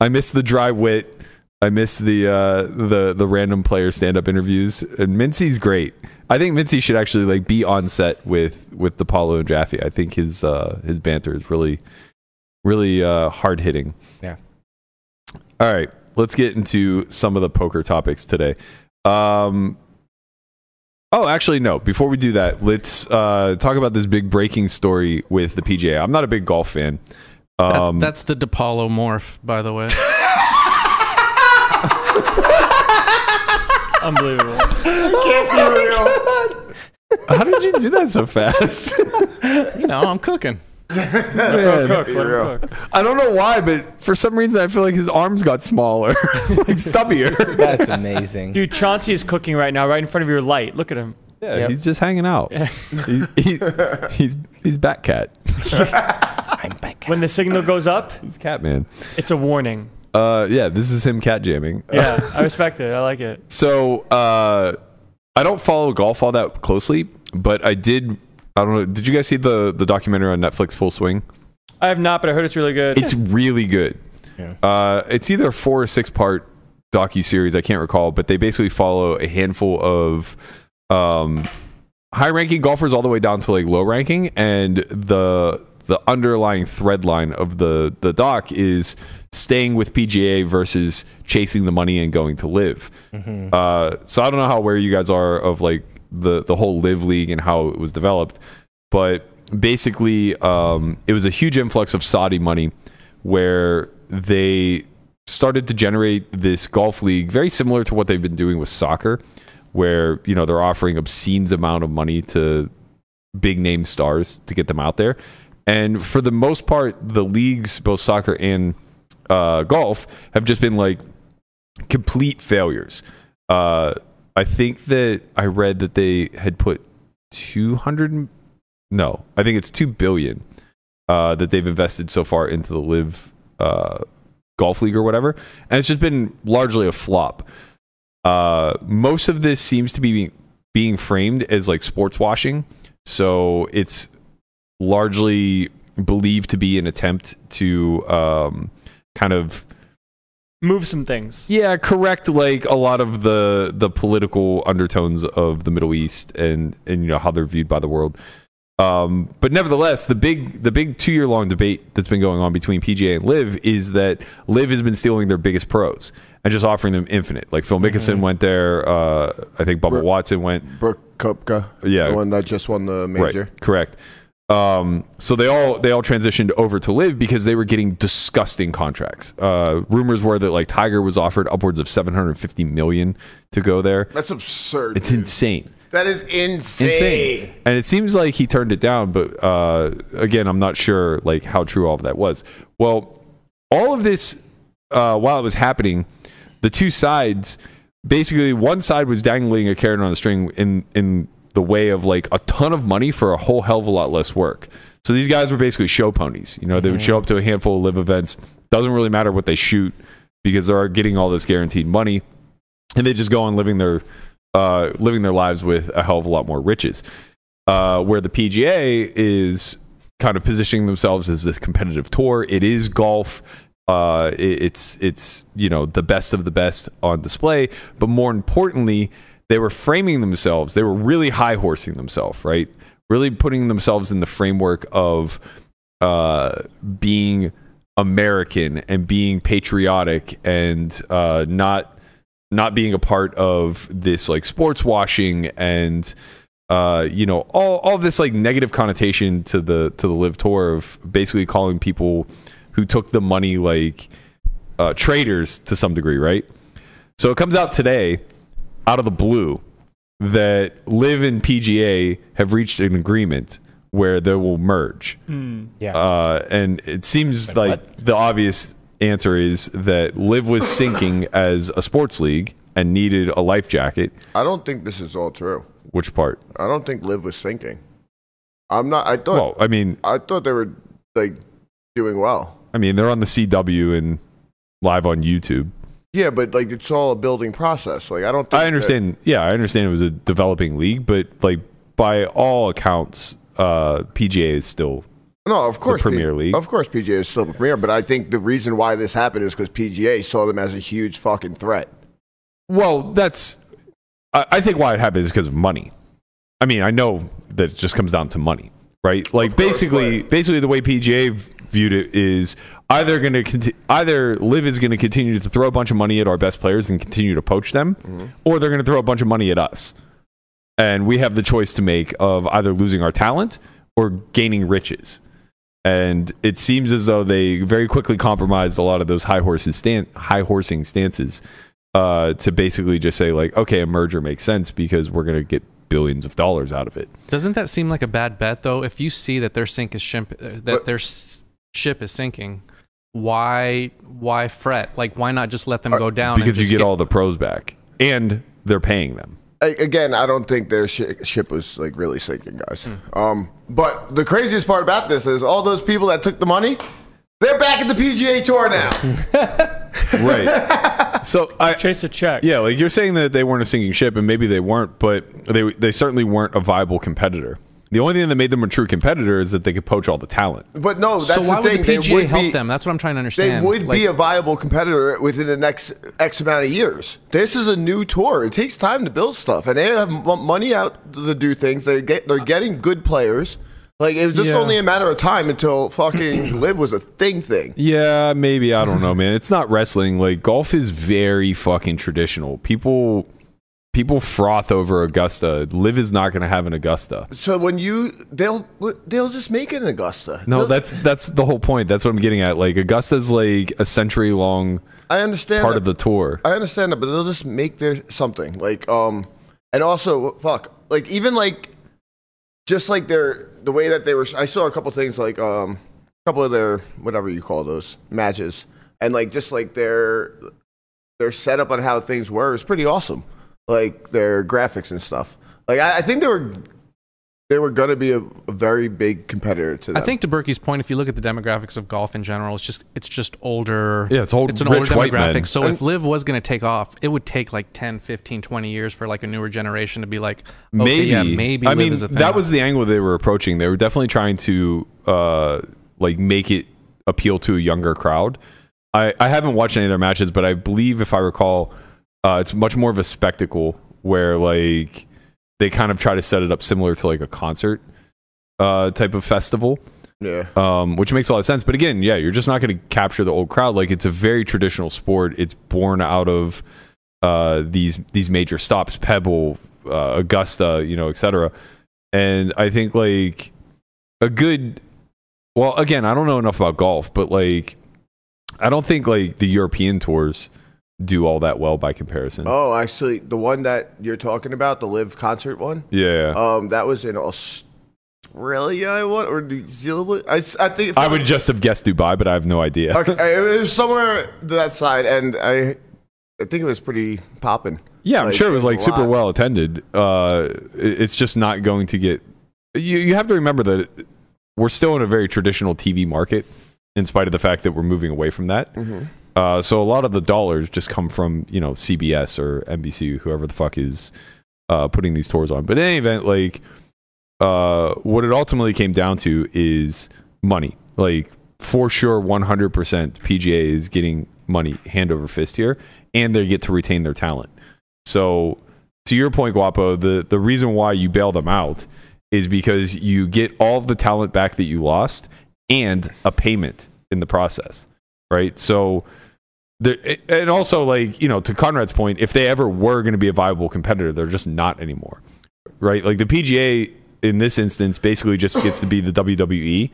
Speaker 5: I miss the dry wit. I miss the uh, the the random player stand up interviews. And Mincy's great. I think Mincy should actually like be on set with with DePaulo and Jaffe. I think his uh, his banter is really really uh, hard hitting.
Speaker 6: Yeah.
Speaker 5: All right, let's get into some of the poker topics today. Um, oh, actually, no. Before we do that, let's uh, talk about this big breaking story with the PGA. I'm not a big golf fan.
Speaker 3: That's,
Speaker 5: Um,
Speaker 3: that's the DePaulo morph, by the way.
Speaker 4: Unbelievable.
Speaker 5: how did you do that so fast?
Speaker 3: you know, I'm cooking.
Speaker 4: Let him
Speaker 5: Man,
Speaker 4: cook. Let
Speaker 2: Yeah.
Speaker 4: him cook.
Speaker 5: I don't know why, but for some reason, I feel like his arms got smaller, like stubbier.
Speaker 6: That's amazing.
Speaker 4: Dude, Chauncey is cooking right now, right in front of your light. Look at him.
Speaker 5: Yeah,
Speaker 6: Yep.
Speaker 5: he's just hanging out. He's, he's he's he's Bat Cat.
Speaker 4: When the signal goes up,
Speaker 5: He's Catman.
Speaker 4: it's a warning.
Speaker 5: Uh, yeah, this is him cat jamming.
Speaker 4: Yeah, I respect it. I like it.
Speaker 5: So uh, I don't follow golf all that closely, but I did. I don't know. Did you guys see the the documentary on Netflix, Full Swing?
Speaker 4: I have not, but I heard it's really good.
Speaker 5: It's really good. Uh, it's either a four or six part docu series. I can't recall, but they basically follow a handful of um, high ranking golfers all the way down to like low ranking, and the the underlying thread line of the the doc is staying with PGA versus chasing the money and going to live. Uh, so I don't know how aware you guys are of like the the whole live league and how it was developed, but basically um, it was a huge influx of Saudi money where they started to generate this golf league very similar to what they've been doing with soccer where you know they're offering obscene amount of money to big name stars to get them out there. And for the most part, the leagues, both soccer and uh, golf, have just been like complete failures. Uh, I think that I read that they had put 200, m- no, I think it's 2 billion uh, that they've invested so far into the Live uh, Golf League or whatever. And it's just been largely a flop. Uh, most of this seems to be being, being framed as like sports washing. So it's largely believed to be an attempt to um, kind of
Speaker 4: Move some things.
Speaker 5: yeah correct like a lot of the the political undertones of the Middle East and and you know how they're viewed by the world. Um, but nevertheless, the big the big two year long debate that's been going on between PGA and Live is that Live has been stealing their biggest pros and just offering them infinite. Like Phil Mickelson went there, uh, I think Bubba
Speaker 2: Right.
Speaker 5: Watson went.
Speaker 2: Brooke Kopka.
Speaker 5: Yeah.
Speaker 2: The one that just won the major.
Speaker 5: Right, correct. Um, so they all they all transitioned over to live because they were getting disgusting contracts. Uh, rumors were that like Tiger was offered upwards of 750 million to go there.
Speaker 2: That's absurd.
Speaker 5: It's
Speaker 2: dude.
Speaker 5: insane.
Speaker 2: That is insane.
Speaker 5: Insane. And it seems like he turned it down, but uh, again, I'm not sure like how true all of that was. Well, all of this uh, while it was happening, the two sides basically one side was dangling a carrot on the string in in the way of like a ton of money for a whole hell of a lot less work. So these guys were basically show ponies. You know, they would show up to a handful of live events. Doesn't really matter what they shoot because they're getting all this guaranteed money and they just go on living their uh, living their lives with a hell of a lot more riches. Uh, where the PGA is kind of positioning themselves as this competitive tour. It is golf. Uh, it- it's it's you know the best of the best on display, but more importantly, they were framing themselves. They were really high horsing themselves, right? Really putting themselves in the framework of uh, being American and being patriotic and uh, not not being a part of this like sports washing and uh, you know all all of this like negative connotation to the to the live tour of basically calling people who took the money like uh, traitors to some degree, right? So it comes out today out of the blue that Live and PGA have reached an agreement where they will merge.
Speaker 6: Yeah.
Speaker 5: Uh, and it seems like the obvious answer is that Live was sinking as a sports league and needed a life jacket.
Speaker 2: I don't think this is all true.
Speaker 5: Which part?
Speaker 2: I don't think Liv was sinking. I'm not. I thought.
Speaker 5: Well, I mean,
Speaker 2: I thought they were like doing well.
Speaker 5: I mean, they're on the CW and live on YouTube.
Speaker 2: Yeah, but like it's all a building process. Like I don't. Think
Speaker 5: I understand. Yeah, I understand it was a developing league, but like by all accounts, uh, PGA is still
Speaker 2: that- no, of course.
Speaker 5: Premier League.
Speaker 2: Of course, PGA is still the premier, but I think the reason why this happened is because PGA saw them as a huge fucking threat.
Speaker 5: Well, that's. I, I think why it happened is because of money. I mean, I know that it just comes down to money, right? Like
Speaker 2: course,
Speaker 5: basically,
Speaker 2: but-
Speaker 5: basically the way PGA v- viewed it is either going to conti- either Live is going to continue to throw a bunch of money at our best players and continue to poach them, or they're going to throw a bunch of money at us, and we have the choice to make of either losing our talent or gaining riches. And it seems as though they very quickly compromised a lot of those high horses stan- high horsing stances uh, to basically just say like, okay, a merger makes sense because we're gonna get billions of dollars out of it.
Speaker 3: Doesn't that seem like a bad bet though? If you see that their sink is shimp, uh, that
Speaker 2: But-
Speaker 3: their s- ship is sinking, why why fret? Like why not just let them go down? Oh, and
Speaker 5: because you
Speaker 3: just
Speaker 5: get, all the pros back, and they're paying them.
Speaker 2: I, again, I don't think their shi ship was like really sinking, guys.
Speaker 3: Hmm.
Speaker 2: Um, but the craziest part about this is all those people that took the money, they're back at the PGA Tour now.
Speaker 3: Hmm.
Speaker 5: Right. so I
Speaker 4: Chase a check.
Speaker 5: yeah, like you're saying that they weren't a sinking ship, and maybe they weren't, but they they certainly weren't a viable competitor. The only thing that made them a true competitor is that they could poach all the talent.
Speaker 2: But no, that's
Speaker 3: so why
Speaker 2: the
Speaker 3: would
Speaker 2: thing.
Speaker 3: the
Speaker 2: they
Speaker 3: PGA
Speaker 2: would
Speaker 3: help
Speaker 2: be,
Speaker 3: them? That's what I'm trying to understand.
Speaker 2: They would
Speaker 3: Like,
Speaker 2: be a viable competitor within the next X amount of years. This is a new tour. It takes time to build stuff, and they have m- money out to do things. They get they're getting good players. Like it was just
Speaker 5: Yeah.
Speaker 2: only a matter of time until fucking live was a thing thing.
Speaker 5: Yeah, maybe I don't know, man. It's not wrestling. Like golf is very fucking traditional. People people froth over Augusta. Live is not going to have an Augusta.
Speaker 2: So when you they'll they'll just make it in Augusta.
Speaker 5: No,
Speaker 2: They'll-
Speaker 5: that's that's the whole point. That's what I'm getting at. Like Augusta's like a century long
Speaker 2: I understand
Speaker 5: part
Speaker 2: that-
Speaker 5: of the tour.
Speaker 2: I understand that, but they'll just make their something like um, and also fuck like even like just like their the way that they were. I saw a couple things like um, a couple of their whatever you call those matches, and like just like their their setup on how things were is pretty awesome. Like their graphics and stuff. Like I, I think they were they were gonna be a, a very big competitor to them.
Speaker 3: I think to Berkey's point, if you look at the demographics of golf in general, it's just it's just older.
Speaker 5: Yeah, it's old,
Speaker 3: It's an
Speaker 5: rich
Speaker 3: older
Speaker 5: white men.
Speaker 3: demographic. So
Speaker 2: And-
Speaker 3: if Live was going to take off, it would take like 10, 15, 20 years for like a newer generation to be like, okay,
Speaker 5: maybe
Speaker 3: Oh, yeah, maybe.
Speaker 5: I
Speaker 3: Liv
Speaker 5: mean,
Speaker 3: is a thing.
Speaker 5: that was the angle they were approaching. They were definitely trying to uh like make it appeal to a younger crowd. I I haven't watched any of their matches, but I believe if I recall, uh it's much more of a spectacle where like they kind of try to set it up similar to like a concert uh type of festival
Speaker 2: yeah.
Speaker 5: um, which makes a lot of sense. But again, yeah, you're just not going to capture the old crowd. Like it's a very traditional sport. It's born out of uh, these these major stops, Pebble, uh, Augusta, you know, et cetera. And I think like a good well again i don't know enough about golf but like i don't think like the european tours do all that well by comparison
Speaker 2: Oh, actually, the one that you're talking about, the live concert one,
Speaker 5: yeah
Speaker 2: um, that was in Australia, I want or New Zealand. I, s- I think
Speaker 5: i would just have guessed dubai but i have no idea
Speaker 2: Okay, it was somewhere to that side, and I, I think it was pretty popping.
Speaker 5: yeah i'm
Speaker 2: like,
Speaker 5: sure it was like
Speaker 2: a
Speaker 5: super
Speaker 2: lot.
Speaker 5: well attended uh it- it's just not going to get you you have to remember that we're still in a very traditional tv market in spite of the fact that we're moving away from that
Speaker 2: Mm-hmm.
Speaker 5: Uh, so a lot of the dollars just come from you know CBS or NBC, whoever the fuck is uh, putting these tours on. But in any event, like uh, what it ultimately came down to is money. Like for sure, one hundred percent PGA is getting money hand over fist here, and they get to retain their talent. So to your point, Guapo, the the reason why you bail them out is because you get all of the talent back that you lost and a payment in the process, right? So there, and also like you know to conrad's point if they ever were going to be a viable competitor they're just not anymore right like the pga in this instance basically just gets to be the wwe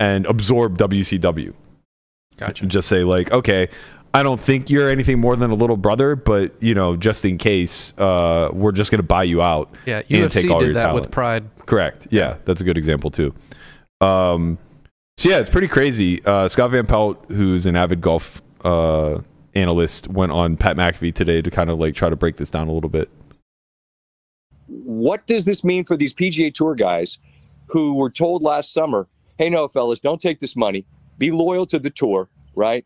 Speaker 5: and absorb wcw
Speaker 3: Gotcha.
Speaker 5: and just say like okay i don't think you're anything more than a little brother but you know just in case uh, we're just going to buy you out
Speaker 3: Yeah,
Speaker 5: and
Speaker 3: UFC
Speaker 5: take all your
Speaker 3: did that
Speaker 5: talent
Speaker 3: with Pride.
Speaker 5: Correct. Yeah, that's a good example too. Um, so yeah, it's pretty crazy. Uh, Scott Van Pelt, who's an avid golf uh, analyst, went on Pat McAfee today to kind of like try to break this down a little bit.
Speaker 8: what does this mean for these PGA Tour guys who were told last summer, hey, no, fellas, don't take this money. Be loyal to the tour, right?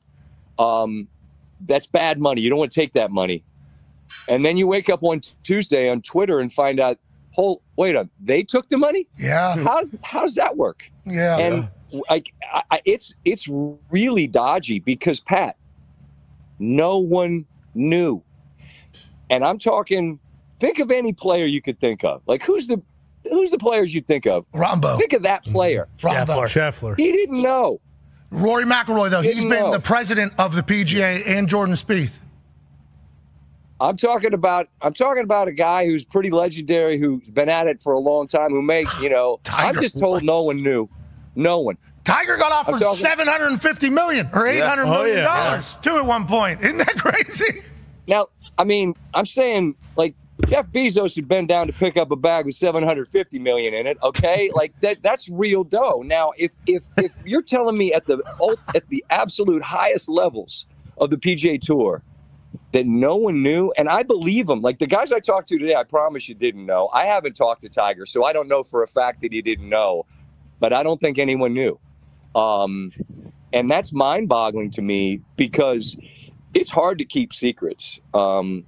Speaker 8: Um, that's bad money. You don't want to take that money. And then you wake up one Tuesday on Twitter and find out, hold, wait a, they took the money?
Speaker 9: Yeah,
Speaker 8: How, how does that work?
Speaker 9: yeah.
Speaker 8: and like I, I, it's it's really dodgy because Pat, no one knew, and I'm talking. Think of any player you could think of. Like who's the who's the players you think of?
Speaker 9: Rombo,
Speaker 8: Think of that player.
Speaker 9: Rombo.
Speaker 10: Mm-hmm. Scheffler.
Speaker 8: He didn't know.
Speaker 9: Rory McIlroy, though, he's
Speaker 8: Didn't
Speaker 9: been
Speaker 8: know.
Speaker 9: the president of the PGA and Jordan Spieth.
Speaker 8: I'm talking about I'm talking about a guy who's pretty legendary, who's been at it for a long time, who may you know. I'm
Speaker 9: Tiger
Speaker 8: just told no one knew, no one.
Speaker 9: Tiger got offered
Speaker 8: I'm talking-
Speaker 9: 750 million or 800
Speaker 10: Oh,
Speaker 9: million
Speaker 10: yeah.
Speaker 9: dollars too at one point. Isn't that crazy?
Speaker 8: Now, I mean, I'm saying like Jeff Bezos had been down to pick up a bag with 750 million in it. Okay, like that—that's real dough. Now, if if if you're telling me at the ult- at the absolute highest levels of the PGA Tour that no one knew, and I believe them. Like the guys I talked to today, I promise you didn't know. I haven't talked to Tiger, so I don't know for a fact that he didn't know, but I don't think anyone knew. Um, and that's mind-boggling to me because it's hard to keep secrets. Um,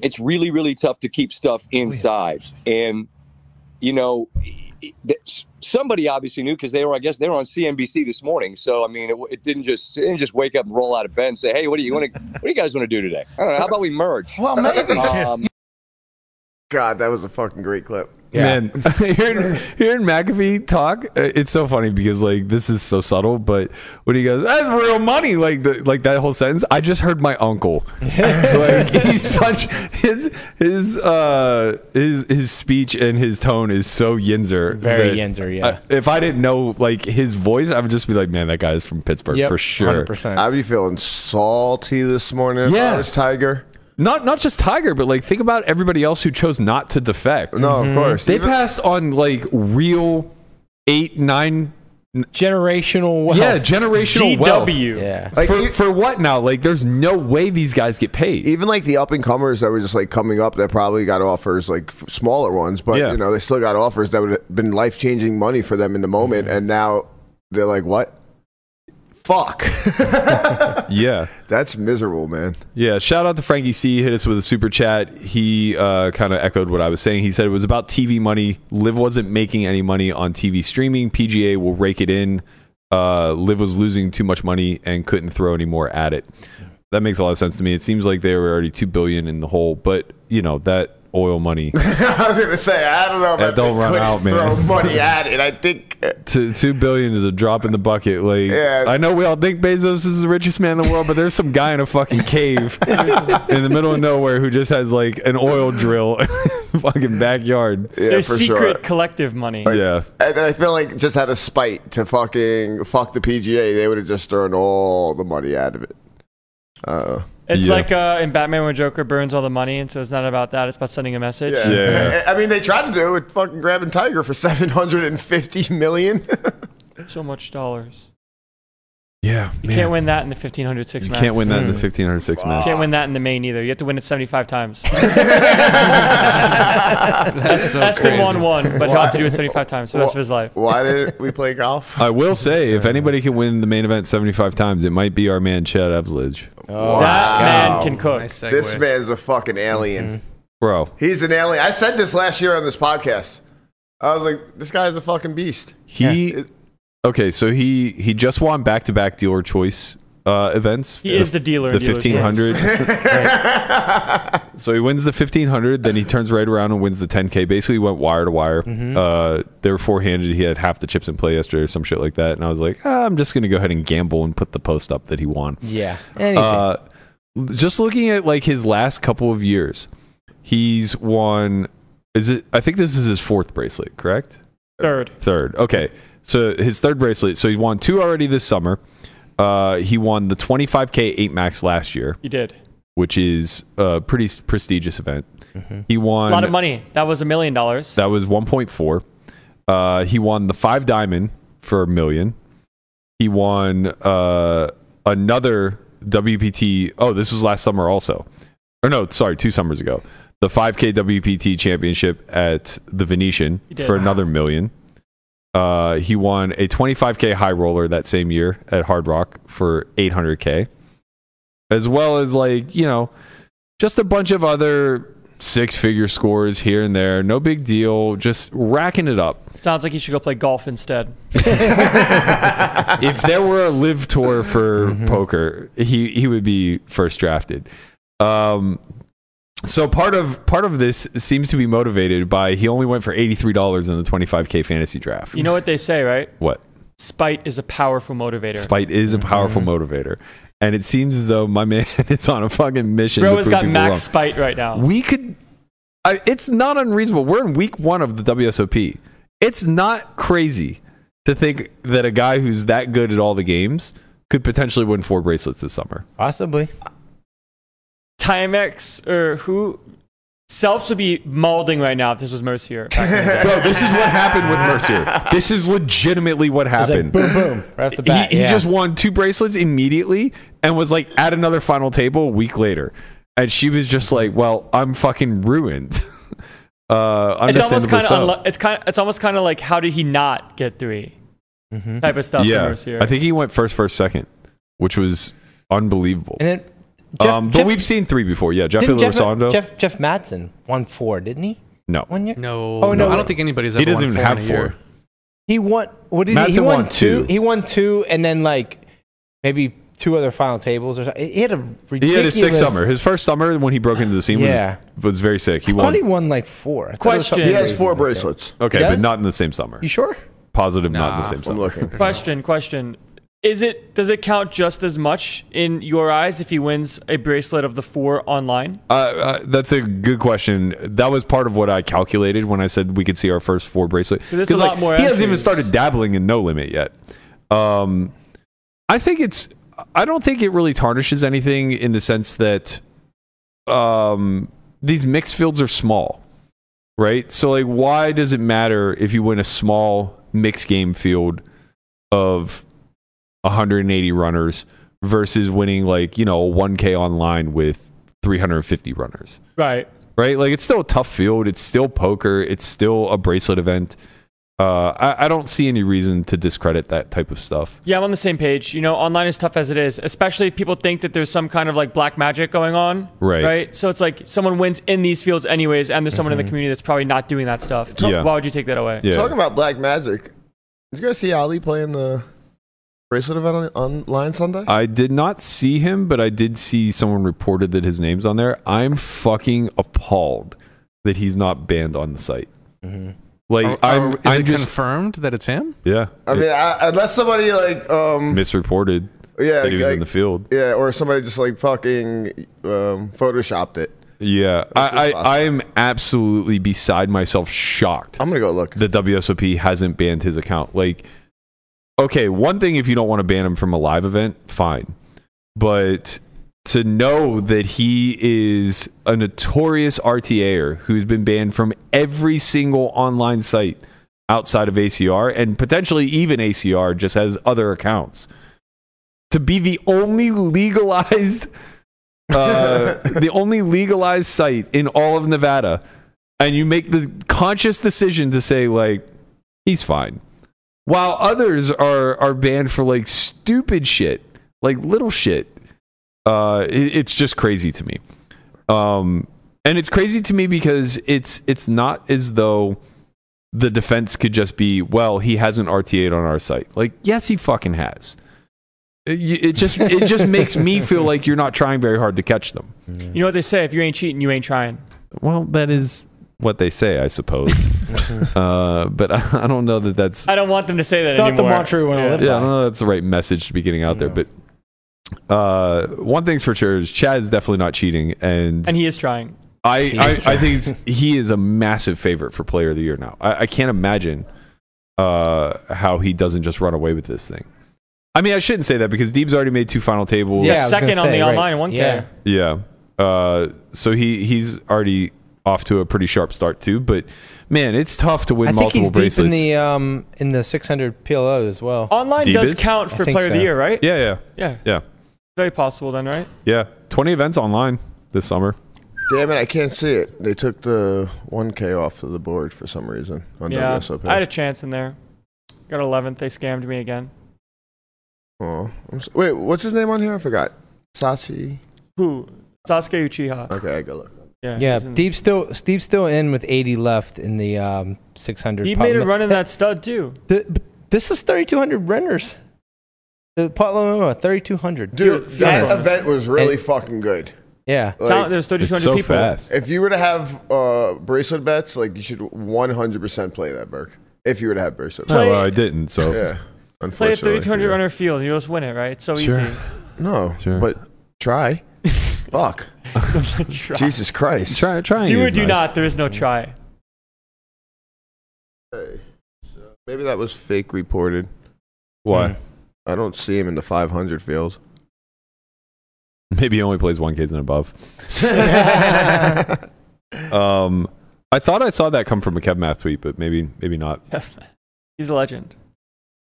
Speaker 8: it's really, really tough to keep stuff
Speaker 9: Oh,
Speaker 8: inside. And, you know, that- somebody obviously knew because they were, I guess, they were on CNBC this morning. So, I mean, it, it didn't just it didn't just wake up and roll out of bed and say, "Hey, what do you want to? What do you guys want to do today? I don't know. How about we merge?"
Speaker 9: Well, maybe.
Speaker 8: Um,
Speaker 2: God, that was a fucking great clip.
Speaker 5: Man, hearing, hearing McAfee talk, uh, it's so funny because like this is so subtle, but when he goes, "That's real money," like the, like that whole sentence, I just heard my uncle. like he's such his his uh his his speech and his tone is so yinzer. that
Speaker 6: Very yinzer, yeah.
Speaker 5: I- if I didn't know like his voice, I would just be like, "Man, that guy's from Pittsburgh
Speaker 6: Yep,
Speaker 5: for sure."
Speaker 6: 100%.
Speaker 2: I'd be feeling salty this morning. if I
Speaker 5: Yeah.
Speaker 2: was Tiger.
Speaker 5: Not not just Tiger, but like think about everybody else who chose not to defect.
Speaker 2: No, of course.
Speaker 5: Mm-hmm. They
Speaker 2: Even-
Speaker 5: passed on like real eight nine
Speaker 6: Generational wealth.
Speaker 5: yeah generational wealth.
Speaker 4: GW.
Speaker 6: Yeah.
Speaker 2: Like,
Speaker 5: for,
Speaker 2: e-
Speaker 5: for what now? Like, there's no way these guys get paid.
Speaker 2: even like the up and comers that were just like coming up that probably got offers like f- smaller ones but
Speaker 5: Yeah.
Speaker 2: you know they still got offers that would have been life changing money for them in the moment
Speaker 5: Mm-hmm.
Speaker 2: and now they're like what fuck
Speaker 5: Yeah.
Speaker 2: that's miserable man
Speaker 5: Yeah. Shout out to Frankie C. Hit us with a super chat. He uh, kind of echoed what I was saying. He said it was about TV money. Live wasn't making any money on TV streaming. PGA will rake it in. Uh, Live was losing too much money and couldn't throw any more at it. That makes a lot of sense to me. It seems like they were already two billion in the hole, but you know that oil money
Speaker 2: i was gonna say i don't know
Speaker 5: Yeah,
Speaker 2: about
Speaker 5: don't run out, man.
Speaker 2: throw money at it i think uh,
Speaker 5: two, two billion is a drop in the bucket. Like,
Speaker 2: Yeah.
Speaker 5: I know we all think Bezos is the richest man in the world, but there's some guy in a fucking cave in the middle of nowhere who just has like an oil drill. fucking backyard.
Speaker 2: Yeah,
Speaker 4: Their
Speaker 2: for
Speaker 4: secret
Speaker 2: sure.
Speaker 4: collective money.
Speaker 5: Yeah.
Speaker 2: And then I feel like just out of spite to fucking fuck the PGA, they would have just thrown all the money out of it. Uh,
Speaker 4: It's
Speaker 5: Yeah.
Speaker 4: like uh, in Batman when Joker burns all the money, and so it's not about that. It's about sending a message.
Speaker 2: yeah.
Speaker 5: Yeah.
Speaker 2: I mean, they tried to do it with fucking grabbing Tiger for 750 million.
Speaker 4: So much dollars.
Speaker 5: Yeah.
Speaker 4: You
Speaker 5: man.
Speaker 4: can't win that in the 1500 six
Speaker 5: You
Speaker 4: max.
Speaker 5: can't win that in the 1500 six
Speaker 4: You
Speaker 5: match.
Speaker 4: can't win that in the main either. You have to win it 75 times.
Speaker 3: That's so
Speaker 4: That's been
Speaker 3: crazy.
Speaker 4: 1 1, but he'll have to do it 75 times for the rest of his life.
Speaker 2: Why didn't we play golf?
Speaker 5: I will say, if anybody can win the main event 75 times, it might be our man Chad Evledge.
Speaker 6: Oh,
Speaker 4: That man can cook.
Speaker 3: Nice segue.
Speaker 2: This man's a fucking alien.
Speaker 5: Bro,
Speaker 2: He's an alien. I said this last year on this podcast. I was like, this guy's a fucking beast.
Speaker 5: he Okay, so he he just won back-to-back dealer choice uh, events.
Speaker 4: He is the dealer
Speaker 5: The
Speaker 4: in dealer's
Speaker 5: 1500. so he wins the 1500, then he turns right around and wins the 10k. Basically, he went wire to wire. Uh, they were four-handed. He had half the chips in play yesterday or some shit like that. And I was like, ah, I'm just gonna go ahead and gamble and put the post up that he won.
Speaker 6: Yeah. Anything.
Speaker 5: Uh, just looking at like his last couple of years, he's won. Is it? I think this is his fourth bracelet, correct?
Speaker 4: Third.
Speaker 5: Third. Okay, so his third bracelet. So he won two already this summer. Uh, he won the 25k 8 max last year,
Speaker 4: You did.
Speaker 5: which is a pretty s- prestigious event. He won
Speaker 4: A lot of money. That was a million dollars.
Speaker 5: That was 1.4. Uh, he won the five diamond for a million. He won uh, another WPT. Oh, this was last summer also. Or no, sorry, two summers ago. The 5K WPT championship at the Venetian
Speaker 4: He did.
Speaker 5: for another million. Uh, he won a 25K high roller that same year at Hard Rock for 800K. As well as, like, you know, just a bunch of other six figure scores here and there. No big deal. Just racking it up.
Speaker 4: Sounds like you should go play golf instead.
Speaker 5: if there were a live tour for
Speaker 4: Mm-hmm.
Speaker 5: poker, he he would be first drafted. Um, so part of part of this seems to be motivated by he only went for eighty three dollars in the twenty five k fantasy draft.
Speaker 4: You know what they say, right?
Speaker 5: what?
Speaker 4: Spite is a powerful motivator.
Speaker 5: Spite is a powerful
Speaker 4: Mm-hmm.
Speaker 5: motivator, and it seems as though my man is on a fucking mission.
Speaker 4: Bro
Speaker 5: to
Speaker 4: has
Speaker 5: prove
Speaker 4: got
Speaker 5: people
Speaker 4: max
Speaker 5: wrong.
Speaker 4: spite right now.
Speaker 5: we could I, it's not unreasonable we're in week one of the wsop it's not crazy to think that a guy who's that good at all the games could potentially win four bracelets this summer
Speaker 6: Possibly.
Speaker 4: Timex or who? Selps would be mauling right now if this was Mercier. back in the day.
Speaker 5: bro this is what happened with mercer this is legitimately what
Speaker 6: It's like
Speaker 5: happened
Speaker 6: boom, boom, right off the
Speaker 5: he,
Speaker 6: bat.
Speaker 5: he
Speaker 6: yeah.
Speaker 5: just won two bracelets immediately and was like at another final table a week later and she was just like well i'm fucking ruined uh
Speaker 4: it's almost
Speaker 5: understandably
Speaker 4: kind of
Speaker 5: so.
Speaker 4: unlo- it's kind it's almost kind of like how did he not get 3 type of stuff.
Speaker 5: Mm-hmm. yeah
Speaker 4: from Mercier.
Speaker 5: i think he went first first second which was unbelievable
Speaker 6: And then Jeff,
Speaker 5: um, but
Speaker 6: Jeff,
Speaker 5: we've seen three before. Yeah, Jeff
Speaker 6: didn't
Speaker 5: Elizondo.
Speaker 6: Jeff, Jeff Jeff Matson won four, didn't he?
Speaker 5: no,
Speaker 6: One year.
Speaker 3: No,
Speaker 6: Oh, no.
Speaker 3: I don't think anybody's ever
Speaker 5: he doesn't
Speaker 3: won
Speaker 5: even
Speaker 3: four
Speaker 5: have
Speaker 3: in a
Speaker 5: four.
Speaker 3: year.
Speaker 6: He won. What did he? He
Speaker 5: Matson
Speaker 6: won,
Speaker 5: won
Speaker 6: two.
Speaker 5: two.
Speaker 6: He won two, and then like maybe two other final tables or something. He had a ridiculous.
Speaker 5: He had a sick summer. His first summer when he broke into the scene
Speaker 6: Yeah.
Speaker 5: was was very sick. He
Speaker 6: I thought
Speaker 5: won.
Speaker 6: he won like four. I thought it was something
Speaker 4: Question.
Speaker 2: He has
Speaker 6: crazy
Speaker 2: four
Speaker 6: like that.
Speaker 2: bracelets.
Speaker 5: okay,
Speaker 6: He
Speaker 5: but
Speaker 6: does?
Speaker 5: not in the same summer.
Speaker 6: You sure?
Speaker 5: Positive, not in
Speaker 3: Nah.
Speaker 5: the same
Speaker 2: I'm
Speaker 5: summer.
Speaker 2: looking.
Speaker 4: Question, question. Is it does it count just as much in your eyes if he wins a bracelet of the four online?
Speaker 5: Uh, uh, that's a good question. That was part of what I calculated when I said we could see our first four bracelet.
Speaker 4: That's a
Speaker 5: like,
Speaker 4: lot more
Speaker 5: he hasn't even
Speaker 4: entries.
Speaker 5: started dabbling in no limit yet. Um, I think it's. I don't think it really tarnishes anything in the sense that um, these mixed fields are small, right? So like, why does it matter if you win a small mixed game field of 180 runners versus winning like you know a 1K online with 350 runners?
Speaker 4: Right.
Speaker 5: right? Like it's still a tough field. It's still poker. It's still a bracelet event. Uh, I, I don't see any reason to discredit that type of stuff.
Speaker 4: Yeah, I'm on the same page. You know, online is tough as it is, especially if people think that there's some kind of like black magic going on.
Speaker 5: Right.
Speaker 4: Right. So it's like someone wins in these fields anyways, and there's someone in the community that's probably not doing that stuff.
Speaker 5: Mm-hmm. Yeah.
Speaker 4: Why would you take that away?
Speaker 5: Yeah.
Speaker 2: Talking about black magic, did you guys see Ali playing the bracelet event on, online Sunday?
Speaker 5: I did not see him, but I did see someone reported that his name's on there. I'm fucking appalled that he's not banned on the site. Like
Speaker 3: Are- are-
Speaker 5: I'm,
Speaker 3: Oh, is
Speaker 5: I'm
Speaker 3: it
Speaker 5: just
Speaker 3: confirmed that it's him?
Speaker 5: yeah.
Speaker 2: I mean, I, unless somebody like, um,
Speaker 5: misreported
Speaker 2: yeah,
Speaker 5: that he was
Speaker 2: like-
Speaker 5: in the field.
Speaker 2: yeah, or somebody just like fucking um, photoshopped it.
Speaker 5: Yeah,
Speaker 2: That's
Speaker 5: I,
Speaker 2: just
Speaker 5: I, I am absolutely beside myself, shocked
Speaker 2: I'm gonna go look.
Speaker 5: that WSOP hasn't banned his account. Like, okay, one thing if you don't want to ban him from a live event, fine, but to know that he is a notorious RTAer who's been banned from every single online site outside of ACR and potentially even ACR just has other accounts. To be the only legalized uh, the only legalized site in all of Nevada, and you make the conscious decision to say like he's fine, while others are are banned for like stupid shit, like little shit. Uh, it- it's just crazy to me, um, and it's crazy to me because it's it's not as though the defense could just be well he hasn't RTA'd on our site. Like yes, he fucking has. It, it just it just makes me feel like you're not trying very hard to catch them.
Speaker 4: You know what they say? If you ain't cheating, you ain't trying.
Speaker 5: Well, that is what they say, I suppose. uh, but I, I don't know that that's
Speaker 4: I don't want them to say that
Speaker 6: It's not the
Speaker 4: anymore.
Speaker 6: mantra we wanna live
Speaker 5: yeah, I don't know that's the right message to be getting out there. But uh, one thing's for sure is Chad's definitely not cheating, and,
Speaker 4: And he is trying.
Speaker 5: I, I, I think it's, he is a massive favorite for Player of the Year now. I, I can't imagine uh, how he doesn't just run away with this thing. I mean, I shouldn't say that because Deeb's already made two final tables.
Speaker 6: Yeah, I was
Speaker 4: second
Speaker 6: gonna
Speaker 4: on
Speaker 6: say,
Speaker 4: the
Speaker 6: right.
Speaker 4: online 1K.
Speaker 6: Yeah.
Speaker 5: Yeah. Uh, so he he's already off to a pretty sharp start too. But man, it's tough to win
Speaker 6: I think
Speaker 5: multiple
Speaker 6: he's deep
Speaker 5: bracelets.
Speaker 6: in the um in the 600 PLO as well.
Speaker 4: Online does
Speaker 5: Divas?
Speaker 4: count
Speaker 6: I
Speaker 4: for
Speaker 6: think
Speaker 4: player of the uh,
Speaker 6: so.
Speaker 4: year, right?
Speaker 5: yeah, yeah,
Speaker 4: Yeah.
Speaker 5: yeah,
Speaker 4: Very possible then, right?
Speaker 5: yeah. Twenty events online this summer.
Speaker 2: Damn it, I can't see it. They took the 1K off of the board for some reason on
Speaker 4: yeah.
Speaker 2: WSOP.
Speaker 4: I had a chance in there. Got 11th. They scammed me again.
Speaker 2: Aw, I'm s- Wait, what's his name on here? I forgot. Sashi.
Speaker 4: Who? Sasuke Uchiha.
Speaker 5: Uh,
Speaker 2: Okay, I got it.
Speaker 4: Yeah.
Speaker 6: Yeah,
Speaker 4: he's in-
Speaker 6: Deep still Steve's still in with 80 left in the um 600.
Speaker 4: He
Speaker 6: pot
Speaker 4: made a
Speaker 6: limit.
Speaker 4: run in that stud too.
Speaker 6: Th- but this is 3,200 renters. The pot limit 3,200.
Speaker 2: Dude,
Speaker 4: Fear-
Speaker 2: that
Speaker 4: Fear-
Speaker 2: event was really
Speaker 6: And-
Speaker 2: fucking good.
Speaker 6: Yeah.
Speaker 4: It's out-
Speaker 2: Like,
Speaker 4: There's 3,200
Speaker 5: It's so
Speaker 4: people.
Speaker 5: fast.
Speaker 2: if you were to have uh, bracelet bets, like you should 100% play that, Burke. If you were to have bracelet
Speaker 5: Oh,
Speaker 2: bets.
Speaker 5: well, I didn't. So
Speaker 2: Yeah.
Speaker 4: Play a
Speaker 2: Unfortunately.
Speaker 4: 3,200
Speaker 2: yeah.
Speaker 4: runner field. You just win it, right? It's so easy.
Speaker 2: No,
Speaker 5: Sure.
Speaker 2: but try. Fuck.
Speaker 4: Try.
Speaker 2: Jesus Christ.
Speaker 5: try trying.
Speaker 4: Do or
Speaker 5: is
Speaker 4: do
Speaker 5: nice.
Speaker 4: not. There is no try.
Speaker 2: Okay, so maybe that was fake reported.
Speaker 5: Why?
Speaker 4: Hmm.
Speaker 2: I don't see him in the 500 field.
Speaker 5: Maybe he only plays one kids and above. Um, I thought I saw that come from a Kev Math tweet, but maybe maybe not.
Speaker 4: He's a legend.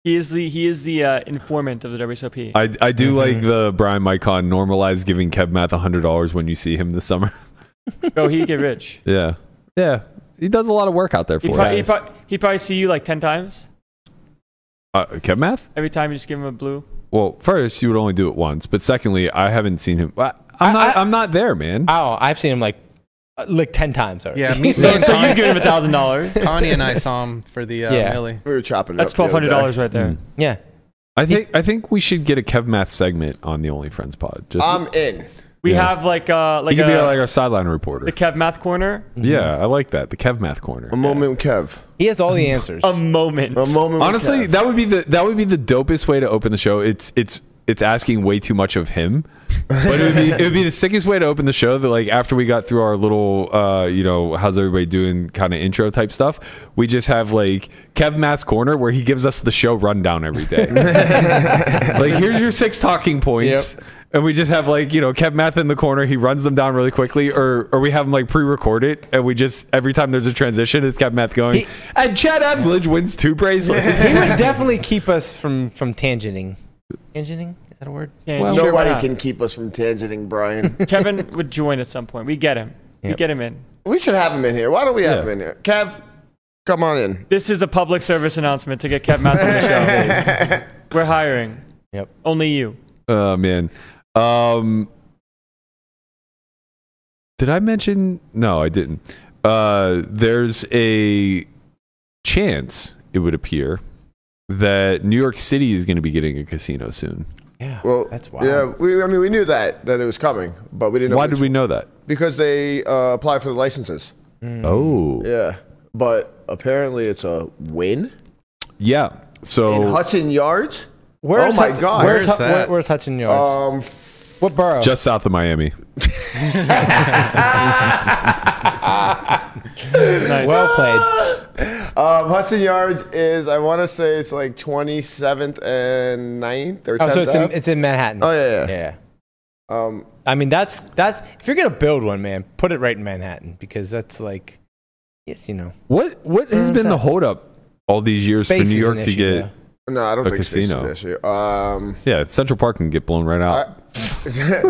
Speaker 4: He is the he is the uh, informant of the WSOP.
Speaker 5: I I
Speaker 4: Mm-hmm.
Speaker 5: do like the Brian Mycon normalize giving Kev Math hundred dollars when you see him this summer.
Speaker 4: Go he get rich.
Speaker 5: Yeah. Yeah. He does a lot of work out there
Speaker 4: He
Speaker 5: for
Speaker 4: probably, he,
Speaker 5: us.
Speaker 4: probably, he probably see you like ten times.
Speaker 5: Uh, Kev Math?
Speaker 4: Every time you just give him a blue.
Speaker 5: Well, first, you would only do it once. But secondly, I haven't seen him. I, I'm,
Speaker 6: I-
Speaker 5: not, I, am not there, man.
Speaker 6: Oh, I've seen him like uh, like 10 times already.
Speaker 3: Yeah, me
Speaker 4: So,
Speaker 3: too.
Speaker 4: so you give him a thousand dollars.
Speaker 3: Connie and I saw him for the uh,
Speaker 6: Yeah.
Speaker 3: Millie.
Speaker 2: We were chopping it
Speaker 4: That's
Speaker 2: up the
Speaker 4: twelve
Speaker 2: other
Speaker 4: hundred
Speaker 2: day.
Speaker 4: dollars right there.
Speaker 5: Hmm.
Speaker 6: yeah.
Speaker 5: I think I think we should get a Kev Math segment on the Only Friends pod. Just
Speaker 2: I'm in.
Speaker 4: We
Speaker 5: Yeah.
Speaker 4: have like uh
Speaker 5: he
Speaker 4: like
Speaker 5: could be
Speaker 4: a,
Speaker 5: like our sideline reporter.
Speaker 4: the Kev Math corner.
Speaker 5: yeah, I like that. The Kev Math corner.
Speaker 2: A moment with Kev.
Speaker 6: He has all the answers.
Speaker 4: A moment.
Speaker 2: A moment
Speaker 5: Honestly,
Speaker 2: with Kev.
Speaker 5: that would be the that would be the dopest way to open the show. It's it's it's asking way too much of him. But it would be it would be the sickest way to open the show that like after we got through our little uh you know, how's everybody doing kind of intro type stuff, we just have like Kev Mass Corner where he gives us the show rundown every day. like here's your six talking points. And we just have like, you know, Kev Math in the corner, he runs them down really quickly, or or we have him like pre-record it and we just every time there's a transition, it's Kev Math going.
Speaker 6: He-
Speaker 5: and Chad Abslidge wins two bracelets.
Speaker 6: he would definitely keep us from from tangenting. Tangenting? Is that a word?
Speaker 4: And
Speaker 5: Well-
Speaker 4: sure, why
Speaker 2: Nobody
Speaker 4: not?
Speaker 2: can keep us from tangenting, Brian.
Speaker 4: Kevin would join at some point. We get him. We
Speaker 6: Yep.
Speaker 4: get him in.
Speaker 2: we should have him in here. Why don't we have
Speaker 5: Yeah.
Speaker 2: him in here? Kev, come on in.
Speaker 4: This is a public service announcement to get Kev Math on the show. We're hiring.
Speaker 6: Yep.
Speaker 4: Only you.
Speaker 5: Oh man. Um Did I mention no, I didn't. Uh there's a chance, it would appear, that New York City is gonna be getting a casino soon.
Speaker 6: Yeah.
Speaker 2: Well,
Speaker 6: that's wild.
Speaker 2: Yeah, we, I mean, we knew that that it was coming, but we didn't. know
Speaker 5: Why
Speaker 2: which
Speaker 5: did we know that?
Speaker 2: Because they uh, apply for the licenses.
Speaker 6: Hmm.
Speaker 5: Oh. Yeah.
Speaker 2: Yeah, but apparently it's a win in
Speaker 6: Oh.
Speaker 5: So
Speaker 2: Hudson Yards,
Speaker 6: Where's
Speaker 2: Oh my
Speaker 6: Hudson-
Speaker 2: God.
Speaker 6: Where's,
Speaker 3: Where's
Speaker 6: Hu-
Speaker 3: that?
Speaker 6: where- where's Hudson Yards?
Speaker 2: um,
Speaker 6: what borough?
Speaker 5: just south of Miami.
Speaker 6: Well played.
Speaker 2: Um, Hudson Yards is, I want to say it's like 27th and 9th or 10th.
Speaker 6: Oh, so it's in,
Speaker 2: Ave.
Speaker 6: it's in Manhattan.
Speaker 2: Oh, yeah, yeah.
Speaker 6: Yeah.
Speaker 2: um,
Speaker 6: I mean, that's that's if you're gonna build one, man, put it right in Manhattan because that's like, yes, you know,
Speaker 5: What what has
Speaker 6: Mm,
Speaker 5: been the
Speaker 6: that-
Speaker 5: holdup all these years
Speaker 6: Space
Speaker 5: for
Speaker 6: is
Speaker 5: New York
Speaker 6: an
Speaker 5: to
Speaker 6: issue,
Speaker 5: get?
Speaker 6: though.
Speaker 2: no, I don't
Speaker 5: A
Speaker 2: think space is
Speaker 5: casino.
Speaker 2: an issue. Um,
Speaker 5: Yeah, Central Park can get blown
Speaker 6: Oh.
Speaker 5: right out.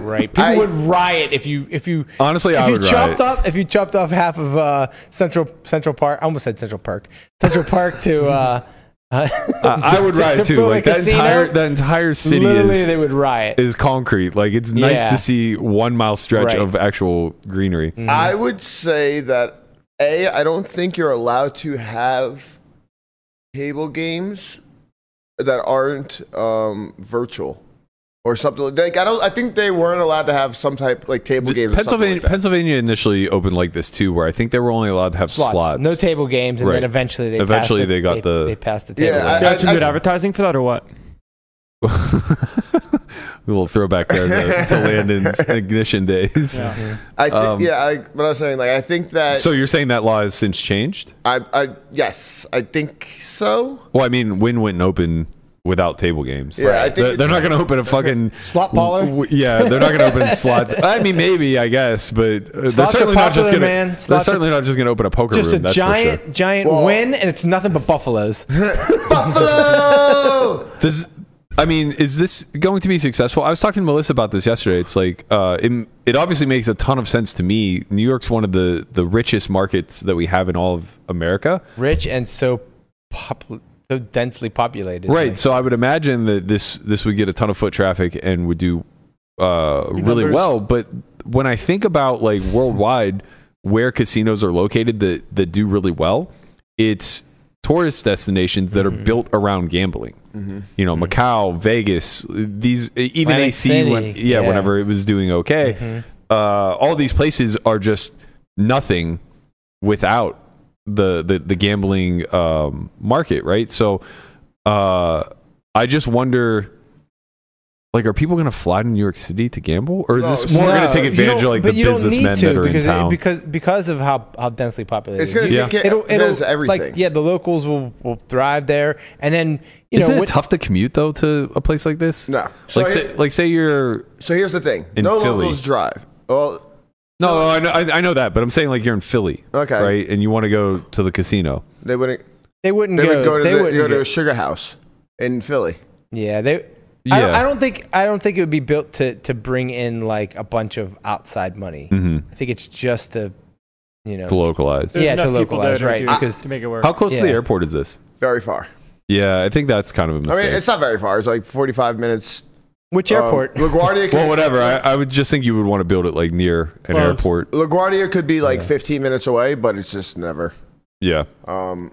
Speaker 6: right? People
Speaker 2: I-
Speaker 6: would riot if you if you
Speaker 5: Honestly,
Speaker 6: if
Speaker 5: I
Speaker 6: you
Speaker 5: would
Speaker 6: chopped
Speaker 5: riot.
Speaker 6: off if you chopped off half of uh, Central Central Park. I almost said Central Park. Central Park to. Uh, uh,
Speaker 5: I, I would
Speaker 6: to- to
Speaker 5: riot too.
Speaker 6: build a
Speaker 5: Like that
Speaker 6: casino,
Speaker 5: entire that entire city
Speaker 6: Literally,
Speaker 5: is
Speaker 6: they would riot.
Speaker 5: is concrete. Like it's nice
Speaker 6: Yeah.
Speaker 5: to see one mile stretch
Speaker 6: Right.
Speaker 5: of actual greenery.
Speaker 2: I would say that a I don't think you're allowed to have table games that aren't um, virtual or something like like, I don't I think they weren't allowed to have some type like table games. or something
Speaker 5: Pennsylvania
Speaker 2: like that.
Speaker 5: Pennsylvania initially opened like this too, where I think they were only allowed to have slots.
Speaker 6: no table games, and
Speaker 5: Right.
Speaker 6: then eventually they passed
Speaker 5: Eventually
Speaker 6: it-
Speaker 5: they got the-
Speaker 6: they passed the table.
Speaker 2: Yeah,
Speaker 6: games.
Speaker 2: I-
Speaker 4: Got some
Speaker 2: I-
Speaker 4: good advertising for that or what?
Speaker 5: a little throwback there to, to Landon's ignition days.
Speaker 2: I think
Speaker 5: um,
Speaker 2: yeah, I, but I was saying like I think that
Speaker 5: So you're saying that law has since changed?
Speaker 2: I, I yes I think so.
Speaker 5: Well, I mean, Win wouldn't open without table games.
Speaker 2: Yeah, I think
Speaker 5: they're,
Speaker 2: it's-
Speaker 5: they're not going to open a fucking
Speaker 6: Slot parlor?
Speaker 5: yeah, they're not going to open slots. I mean, maybe I guess, but uh, they're
Speaker 6: Slots are
Speaker 5: certainly not just
Speaker 6: popular,
Speaker 5: going
Speaker 6: man.
Speaker 5: to. They're
Speaker 6: Slots are-
Speaker 5: certainly not just going to open a poker
Speaker 6: just
Speaker 5: room.
Speaker 6: a
Speaker 5: that's
Speaker 6: giant
Speaker 5: for sure.
Speaker 6: giant
Speaker 2: Well-
Speaker 6: win, and it's nothing but buffaloes.
Speaker 2: Buffalo.
Speaker 5: Does I mean, is this going to be successful? I was talking to Melissa about this yesterday. It's like uh, it, it obviously makes a ton of sense to me. New York's one of the the richest markets that we have in all of America.
Speaker 6: Rich and so popu- so densely populated.
Speaker 5: Right.
Speaker 6: Like,
Speaker 5: So I would imagine that this this would get a ton of foot traffic and would do uh, really
Speaker 4: numbers.
Speaker 5: well. But when I think about like worldwide where casinos are located that that do really well, it's tourist destinations that
Speaker 6: Mm-hmm.
Speaker 5: are built around gambling. You know, Macau, Vegas, these even
Speaker 6: Atlantic
Speaker 5: AC when, yeah,
Speaker 6: City, yeah. Mm-hmm.
Speaker 5: whenever it was doing okay. Uh, all these places are just nothing without the the, the gambling um, market, right? So uh, I just wonder, like, are people going to fly to New York City to gamble, or is
Speaker 2: No,
Speaker 5: this
Speaker 2: so-
Speaker 5: more
Speaker 6: No,
Speaker 5: going to take
Speaker 6: you
Speaker 5: advantage of
Speaker 6: don't-
Speaker 5: like the
Speaker 6: but you don't need
Speaker 5: businessmen
Speaker 6: to
Speaker 5: that are in
Speaker 6: because it-
Speaker 5: town?
Speaker 6: because because of how, how densely populated
Speaker 2: It's
Speaker 6: it
Speaker 2: gonna
Speaker 6: is.
Speaker 5: Yeah.
Speaker 2: take it, does everything.
Speaker 6: Like, yeah, the locals will will thrive there, and then you
Speaker 5: Isn't
Speaker 6: know
Speaker 5: it
Speaker 6: what-
Speaker 5: tough to commute though to a place like this?
Speaker 2: No.
Speaker 5: Like,
Speaker 2: So I-
Speaker 5: say, like say you're
Speaker 2: So here's the thing:
Speaker 5: In
Speaker 2: no
Speaker 5: Philly.
Speaker 2: locals drive. Well,
Speaker 5: no, no, I know, I I know that, but I'm saying like you're in Philly,
Speaker 2: Okay.
Speaker 5: right? And you want to go to the casino.
Speaker 2: they wouldn't.
Speaker 6: they wouldn't
Speaker 2: They
Speaker 6: go.
Speaker 2: would go to
Speaker 6: they
Speaker 2: the,
Speaker 6: wouldn't
Speaker 2: go to
Speaker 6: go.
Speaker 2: a sugar house in Philly.
Speaker 6: Yeah, they. I, don't,
Speaker 5: Yeah.
Speaker 6: I don't think I don't think it would be built to to bring in like a bunch of outside
Speaker 5: Hmm.
Speaker 6: money. I think it's just to, you know,
Speaker 5: Mm-hmm. to localize.
Speaker 6: Yeah, to
Speaker 4: enough people
Speaker 6: localize,
Speaker 4: there to
Speaker 6: right,
Speaker 4: do-
Speaker 6: because-
Speaker 4: to make it work.
Speaker 5: How close to the
Speaker 6: Yeah.
Speaker 5: airport is this?
Speaker 2: Very far.
Speaker 5: Yeah, I think that's kind of a
Speaker 2: I
Speaker 5: mistake.
Speaker 2: mean, it's not very far. It's like 45 minutes.
Speaker 6: which
Speaker 2: Um,
Speaker 6: airport?
Speaker 2: LaGuardia. Could,
Speaker 5: well, whatever. I, I would just think you would want to build it like near an
Speaker 4: Close.
Speaker 5: airport.
Speaker 2: LaGuardia could be like 15 minutes away, but it's just never.
Speaker 5: Yeah.
Speaker 2: Um,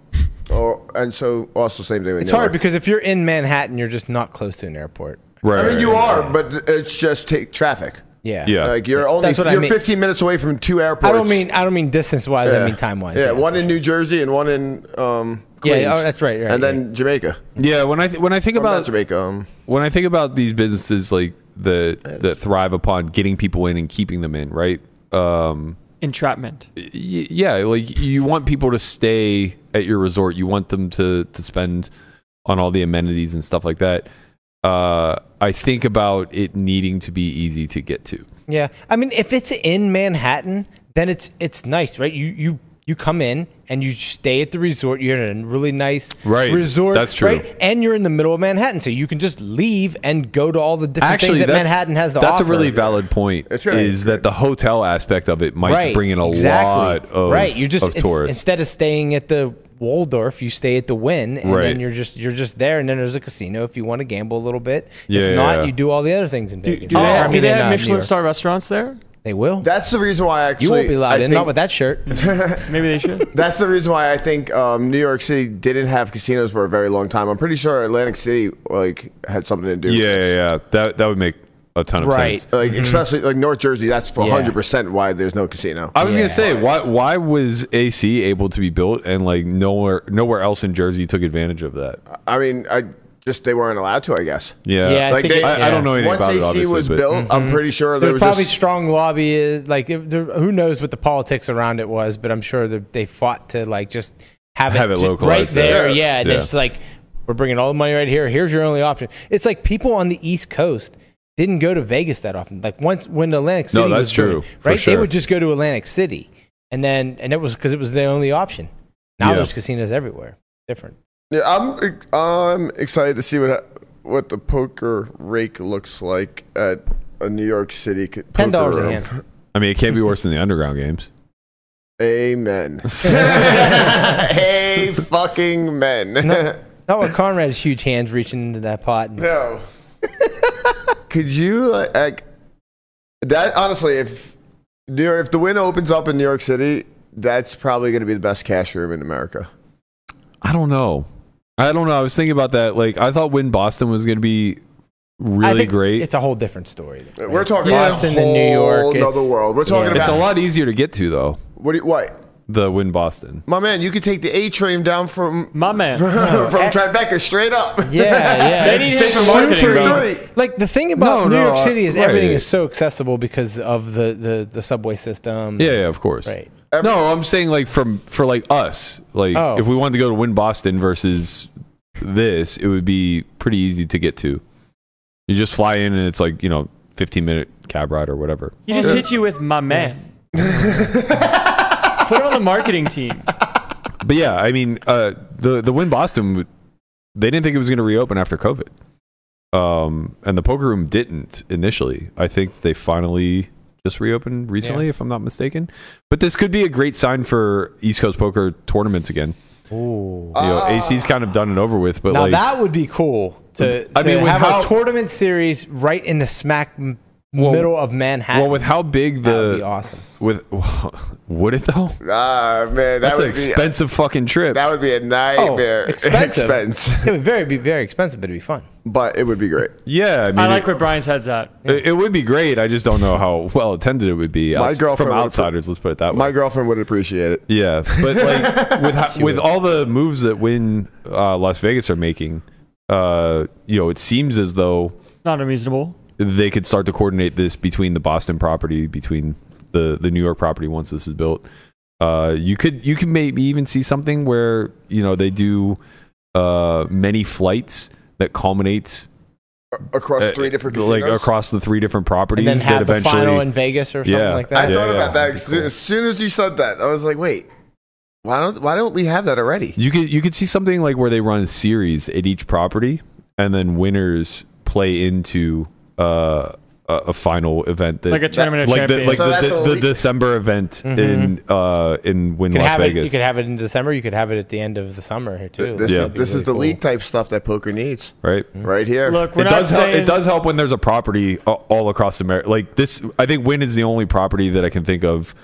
Speaker 2: or, and so also same thing with
Speaker 6: It's
Speaker 2: New
Speaker 6: hard
Speaker 2: York.
Speaker 6: because if you're in Manhattan, you're just not close to an airport.
Speaker 5: Right.
Speaker 2: I mean,
Speaker 5: right,
Speaker 2: you
Speaker 5: right.
Speaker 2: are, but it's just take traffic.
Speaker 6: Yeah.
Speaker 5: Yeah.
Speaker 2: Like you're only
Speaker 6: That's what I
Speaker 2: you're
Speaker 6: mean.
Speaker 2: 15 minutes away from two airports.
Speaker 6: I don't mean I don't mean distance wise.
Speaker 2: Yeah.
Speaker 6: I mean time wise.
Speaker 2: Yeah, one in New Jersey and one in um,
Speaker 6: Yeah,
Speaker 2: Queens.
Speaker 6: oh, that's right, right,
Speaker 2: and then Jamaica.
Speaker 5: Yeah. When I th- when I think
Speaker 2: Or not
Speaker 5: about
Speaker 2: Jamaica. Um,
Speaker 5: when I think about these businesses like the that thrive upon getting people in and keeping them in, right? Um,
Speaker 4: Entrapment.
Speaker 5: y- yeah, like you want people to stay at your resort. You want them to to spend on all the amenities and stuff like that. Uh, I think about it needing to be easy to get to.
Speaker 6: Yeah. I mean, if it's in Manhattan, then it's it's nice, right? You you you come in and you stay at the resort. You're in a really nice
Speaker 5: Right.
Speaker 6: resort.
Speaker 5: That's true.
Speaker 6: Right? And you're in the middle of Manhattan, so you can just leave and go to all the different
Speaker 5: Actually,
Speaker 6: things that
Speaker 5: that's,
Speaker 6: Manhattan has to
Speaker 5: that's
Speaker 6: offer.
Speaker 5: a really valid point.
Speaker 2: It's gonna-
Speaker 5: Is that the hotel aspect of it might
Speaker 6: right.
Speaker 5: bring in a
Speaker 6: exactly.
Speaker 5: lot of
Speaker 6: right. You just
Speaker 5: of
Speaker 6: it's-
Speaker 5: tourists.
Speaker 6: instead of staying at the Waldorf, you stay at the Wynn, and
Speaker 5: Right.
Speaker 6: then you're just you're just there. And then there's a casino if you want to gamble a little bit.
Speaker 5: Yeah,
Speaker 6: if not,
Speaker 5: yeah.
Speaker 6: you do all the other things in
Speaker 4: Do,
Speaker 6: Vegas.
Speaker 4: do they,
Speaker 6: I
Speaker 4: Oh, do
Speaker 6: mean,
Speaker 4: they
Speaker 6: in, uh,
Speaker 4: have
Speaker 6: New
Speaker 4: Michelin
Speaker 6: York.
Speaker 4: star restaurants there?
Speaker 6: They will.
Speaker 2: that's the reason why I actually
Speaker 6: you won't be allowed
Speaker 2: I
Speaker 6: in. Not
Speaker 2: think-
Speaker 6: with that shirt.
Speaker 4: Maybe they should.
Speaker 2: That's the reason why I think um, New York City didn't have casinos for a very long time. I'm pretty sure Atlantic City like had something to do. with
Speaker 5: yeah, yeah, Mm-hmm.
Speaker 2: this.
Speaker 5: yeah. That that would make a ton of
Speaker 6: Right.
Speaker 5: sense.
Speaker 2: Like especially like North Jersey, that's for
Speaker 6: Yeah.
Speaker 2: 100 percent why there's no casino.
Speaker 5: I was
Speaker 6: Yeah.
Speaker 5: gonna say why why was AC able to be built and like nowhere nowhere else in Jersey took advantage of that?
Speaker 2: I mean, I Just they weren't allowed to, I guess.
Speaker 5: Yeah.
Speaker 6: Yeah, I
Speaker 2: Like
Speaker 6: think
Speaker 2: they-
Speaker 6: it-
Speaker 5: I, I don't know anything
Speaker 2: Once
Speaker 5: about it.
Speaker 2: AC
Speaker 5: Obviously,
Speaker 2: was
Speaker 5: but-
Speaker 2: built, I'm pretty sure there
Speaker 6: Mm-hmm. There's
Speaker 2: was
Speaker 6: probably
Speaker 2: just,
Speaker 6: strong lobby. is- Like, if there, who knows what the politics around it was? But I'm sure that they fought to like just have it,
Speaker 5: Have it
Speaker 6: ju- right
Speaker 5: localized
Speaker 6: there.
Speaker 5: there.
Speaker 6: Yeah, and
Speaker 5: Yeah.
Speaker 6: it's like we're bringing all the money right here. Here's your only option. It's like people on the East Coast didn't go to Vegas that often. Like once when Atlantic
Speaker 5: No,
Speaker 6: City,
Speaker 5: that's
Speaker 6: was booming,
Speaker 5: true, for
Speaker 6: right? They
Speaker 5: sure.
Speaker 6: would just go to Atlantic City, and then and it was because it was the only option. Now
Speaker 5: Yeah.
Speaker 6: there's casinos everywhere. Different.
Speaker 2: Yeah, I'm I'm excited to see what what the poker rake looks like at a New York City c- poker
Speaker 6: $10 a
Speaker 2: room.
Speaker 6: hand.
Speaker 5: I mean, it can't be worse than the underground games.
Speaker 2: Amen. hey, fucking men. No.
Speaker 6: Not with Conrad's huge hands reaching into that pot. And
Speaker 2: Could you like, like that? Honestly, if New York, if the win opens up in New York City, that's probably going to be the best cash room in America.
Speaker 5: I don't know. I don't know. I was thinking about that. Like, I thought when Boston was going to be
Speaker 6: I
Speaker 5: really
Speaker 6: think
Speaker 5: great. It's,
Speaker 6: It's a whole different story. though,
Speaker 2: We're
Speaker 6: right?
Speaker 2: talking
Speaker 6: Boston
Speaker 2: about a
Speaker 6: and New York,
Speaker 2: whole
Speaker 6: it's-
Speaker 2: Another world. We're talking
Speaker 6: yeah.
Speaker 2: about
Speaker 5: a lot easier to get to though.
Speaker 2: What? Do you, what?
Speaker 5: The win Boston.
Speaker 2: My man, you could take the A train down from
Speaker 4: My man.
Speaker 2: from Tribeca straight up.
Speaker 6: Yeah, yeah.
Speaker 4: They need to for marketing,
Speaker 2: Two,
Speaker 4: bro.
Speaker 2: three.
Speaker 6: like the thing
Speaker 5: No,
Speaker 6: about New
Speaker 5: no,
Speaker 6: York
Speaker 5: uh,
Speaker 6: City is everything
Speaker 5: right.
Speaker 6: is so accessible because of the the, the subway system.
Speaker 5: Yeah, yeah, of course.
Speaker 6: Mm-hmm. Right.
Speaker 5: no, I'm saying like from for like us, like
Speaker 6: Oh.
Speaker 5: if we wanted to go to win Boston versus this, it would be pretty easy to get to. You just fly in and it's like you know 15 minute cab ride or whatever.
Speaker 4: He just hit you with my man. Put it on the marketing team.
Speaker 5: But yeah, I mean, uh, the the win Boston, w- they didn't think it was going to reopen after COVID, um, and the poker room didn't initially. I think they finally just reopened recently, if I'm not mistaken. But this could be a great sign for East Coast poker tournaments again.
Speaker 6: Ooh.
Speaker 5: You know, AC's kind of done and over with, but
Speaker 6: Ah. Now
Speaker 5: like,
Speaker 6: that would be cool to,
Speaker 5: I
Speaker 6: to
Speaker 5: mean, with
Speaker 6: have
Speaker 5: how-
Speaker 6: a tournament series right in the smack m- middle of Manhattan.
Speaker 5: well, with how big
Speaker 6: that would
Speaker 5: the
Speaker 6: be awesome.
Speaker 5: with would it though?
Speaker 2: Ah, man, that
Speaker 5: That's an
Speaker 2: would be
Speaker 5: expensive fucking trip.
Speaker 2: that would be a nightmare
Speaker 6: expensive.
Speaker 2: expense,
Speaker 6: It would very be very expensive, but it'd be fun.
Speaker 2: but it would be great.
Speaker 5: yeah, I mean,
Speaker 4: I like
Speaker 5: it,
Speaker 4: where Brian's head's at.
Speaker 5: it- it would be great. I just don't know how well attended it would be.
Speaker 2: My
Speaker 5: outs-
Speaker 2: girlfriend
Speaker 5: from
Speaker 2: would appro-
Speaker 5: outsiders, let's put it that way.
Speaker 2: My girlfriend would appreciate it.
Speaker 5: Yeah, but like with ho- with all the moves that Win uh, Las Vegas are making, uh, you know, it seems as though
Speaker 4: Not unreasonable.
Speaker 5: they could start to coordinate this between the Boston property, between the the New York property once this is built. Uh, you could you could maybe even see something where you know they do uh, many flights that culminates
Speaker 2: Across
Speaker 5: uh,
Speaker 2: three different
Speaker 5: like
Speaker 2: casinos.
Speaker 5: across the three different properties
Speaker 6: And then
Speaker 5: that
Speaker 6: have the
Speaker 5: eventually
Speaker 6: final in Vegas or something
Speaker 5: Yeah.
Speaker 6: like
Speaker 2: I
Speaker 6: that.
Speaker 5: Yeah,
Speaker 2: thought
Speaker 5: yeah,
Speaker 2: about that
Speaker 5: that'd
Speaker 2: as,
Speaker 5: be cool.
Speaker 2: as soon as you said that. I was like, wait, why don't why don't we have that already?
Speaker 5: You could you could see something like where they run series at each property, and then winners play into uh, a, a final event that
Speaker 4: Like a tournament of
Speaker 5: like the,
Speaker 4: champions. Mm-hmm.
Speaker 5: like
Speaker 2: So
Speaker 5: the-
Speaker 2: that's
Speaker 5: the,
Speaker 2: a
Speaker 5: the
Speaker 2: le-
Speaker 5: December event in uh, in Win
Speaker 6: You could,
Speaker 5: Las
Speaker 6: have it, you
Speaker 5: Vegas,
Speaker 6: could have it in December. You could have it at the end of the summer here too.
Speaker 2: This
Speaker 5: Yeah.
Speaker 2: is
Speaker 6: That'd be
Speaker 2: this is
Speaker 6: really
Speaker 2: the
Speaker 6: cool.
Speaker 2: league type stuff that poker needs
Speaker 5: right?
Speaker 4: Mm-hmm.
Speaker 2: right here.
Speaker 4: Look, we're
Speaker 5: It
Speaker 4: not
Speaker 5: does help.
Speaker 4: saying
Speaker 5: It does help when there's a property a- all across America. Like this, I think Win is the only property that I can think of.